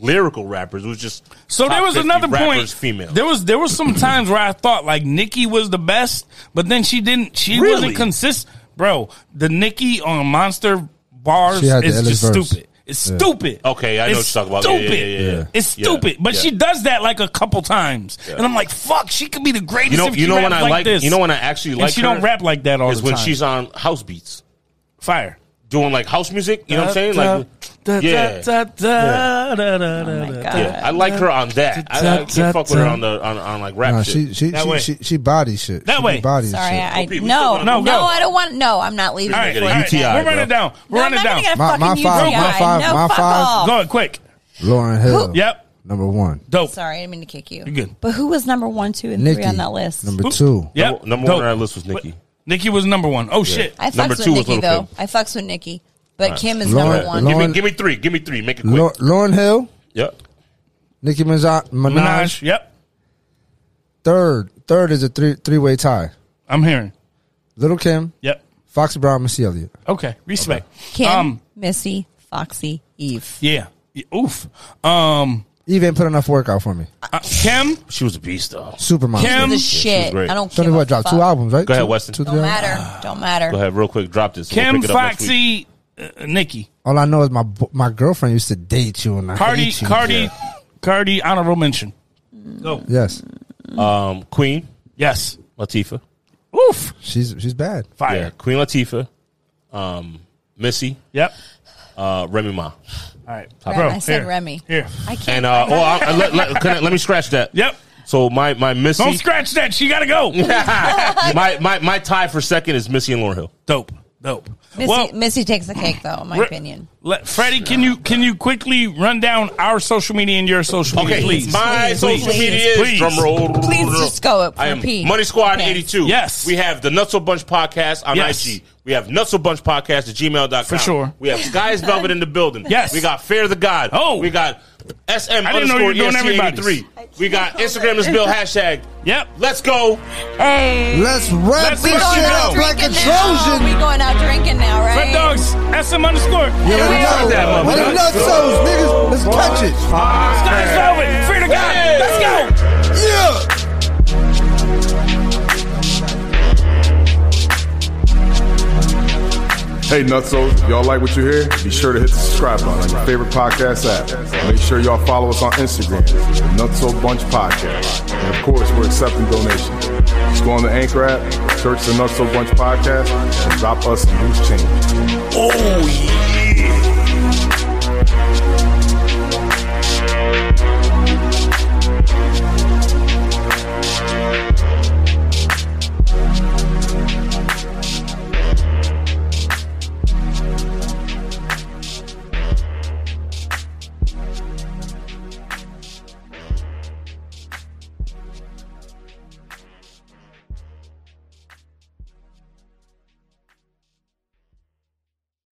S2: lyrical rappers. It was just
S1: So
S2: top
S1: there was
S2: 50
S1: another
S2: rappers
S1: point.
S2: Female.
S1: There was there was some times where I thought like Nikki was the best, but then she didn't. She
S2: Really?
S1: wasn't consistent, bro. The Nikki on Monster bars
S3: She had the
S1: is
S3: illest
S1: just
S3: verse.
S1: stupid. It's stupid.
S2: Okay, I know
S1: It's
S2: what you're talking about. Yeah, yeah,
S1: stupid.
S2: yeah, yeah, yeah.
S1: It's
S2: Yeah,
S1: stupid, but
S2: yeah.
S1: she does that like a couple times, and I'm like, "Fuck, she could be the greatest."
S2: you know,
S1: if
S2: you
S1: she
S2: know when
S1: raps
S2: I
S1: like,
S2: like,
S1: this.
S2: you know when I actually
S1: And
S2: like
S1: she
S2: her
S1: don't rap like that all
S2: is
S1: the
S2: when
S1: time.
S2: she's on house beats
S1: fire.
S2: doing like house music. You know what I'm saying? Like,
S1: Da, da,
S2: yeah.
S1: da, da, da, da,
S4: Oh
S1: da, da.
S2: Yeah, I like her on that. I, I can't fuck with her on the on, on like rap
S3: Nah,
S2: shit.
S3: she she
S1: That way.
S3: she, she she body shit.
S1: That
S3: she
S1: way.
S3: be Body
S6: Sorry,
S3: shit.
S6: I,
S2: OP, we still
S6: no,
S2: gonna-
S6: no,
S1: No, go.
S6: I don't want. No, I'm not leaving.
S1: All right,
S2: Get a
S1: all right.
S2: UTI,
S1: We're running
S2: bro.
S1: it down. We're
S6: No, I'm
S1: running
S6: not
S1: it down.
S6: gonna get a
S3: My-
S6: fucking
S3: my five-
S6: UTI.
S3: my five-
S6: no,
S3: my
S6: fuck
S3: five-
S6: off.
S1: Go ahead, quick.
S3: Lauren Hill.
S1: Yep.
S3: Number one.
S1: Dope.
S6: Sorry, I didn't mean to kick you.
S1: You're good.
S6: But who was number one, two, and
S3: Nikki
S6: three on that list?
S3: Number two.
S1: Yep.
S2: Number- number
S1: Dope.
S2: one on our list was Nicki.
S1: But Nicki was number one. Oh shit.
S6: I fucks
S2: Number
S6: with
S2: two was
S6: Nikki
S2: Lil
S6: though.
S2: Kim.
S6: I fucks with Nikki, but Kim is
S3: Lauren-
S6: number one.
S2: Give me,
S3: Lauren-
S2: give me three. Give me three. Make it quick.
S3: Lau- Lauren Hill.
S2: Yep.
S3: Nicki Minaj. Minaj.
S1: Minaj. Yep.
S3: Third. Third is a three three way tie.
S1: I'm hearing.
S3: Little Kim.
S1: Yep.
S3: Foxy Brown. Missy Elliott.
S1: Okay. Respect.
S6: Kim,
S1: Um,
S6: Missy, Foxy, Eve.
S1: yeah. Yeah, Oof. Um.
S3: Eve ain't put enough work out for me.
S1: uh, Kim.
S2: She was a beast though.
S3: Supermodel.
S1: Kim.
S6: The
S1: Um,
S6: shit.
S2: great.
S6: I don't
S3: Tony
S6: care.
S3: what dropped two albums, right?
S2: Go ahead,
S3: Two-
S2: Weston.
S3: two-
S6: Don't matter. Don't matter.
S2: Go ahead, real quick. Drop this. We'll
S1: Kim.
S2: pick it up next week.
S1: Foxy. Uh, Nicki.
S3: All I know is my bo- my girlfriend used to date you and I
S1: Cardi.
S3: hate you.
S1: Cardi. Cardi. Honorable mention. Go.
S3: Yes,
S2: Um, Queen
S1: Yes.
S2: Latifah.
S1: Oof.
S3: she's she's bad.
S2: Yeah,
S1: Fire.
S2: Queen Latifah. Um, Missy.
S1: Yep.
S2: Uh, Remy Ma.
S1: All right.
S6: Rem-
S1: Bro,
S6: I said
S1: here.
S6: Remy.
S1: Here.
S6: I can't.
S2: And uh, oh, I, I- let, let, can I- let me scratch that.
S1: Yep.
S2: So my my Missy.
S1: Don't scratch that. She gotta go.
S2: my, my my tie for second is Missy and Lauren Hill.
S1: Dope. Dope.
S6: Missy,
S1: well,
S6: Missy takes the cake, though, in my
S1: Re-
S6: opinion.
S1: Let, Freddie, can you can you quickly run down our social media and your social media,
S2: Okay,
S1: please?
S2: my
S1: Please,
S2: social
S1: please,
S2: media is
S1: please.
S2: drum roll.
S6: Please just go up for
S2: I am
S6: P.
S2: Money Squad
S6: Okay.
S2: 82.
S1: Yes.
S2: We have the Nutso Bunch podcast on
S1: Yes.
S2: IG. We have Nutso Bunch podcast at gmail.com.
S1: For sure.
S2: We have Skies Velvet in the building.
S1: Yes.
S2: We got Fear the God.
S1: Oh.
S2: We got SM
S1: I didn't know you
S2: underscore E
S1: were doing
S2: ESC83. We got Instagram is Bill hashtag.
S1: Yep.
S2: Let's go.
S6: Hey.
S3: Let's wrap
S1: Let's
S3: this shit
S1: fucking
S3: up
S1: go.
S3: like a
S6: now.
S3: Trojan.
S6: We going out drinking now, right?
S1: Red Dogs SM underscore.
S3: Yeah, let
S6: Let's
S3: it
S6: do
S2: that,
S3: go. Let it
S2: motherfucker.
S3: go, souls, niggas. Let's catch it.
S1: Guys, love it. Free to God. Let's go.
S3: Yeah.
S8: Hey, Nutsos, y'all like what you hear? Be sure to hit the subscribe button on your favorite podcast app. Make sure y'all follow us on Instagram, the Nutso Bunch Podcast. And of course, we're accepting donations. Just go on the Anchor app, search the Nutso Bunch Podcast, and drop us some loose change.
S2: Oh, yeah.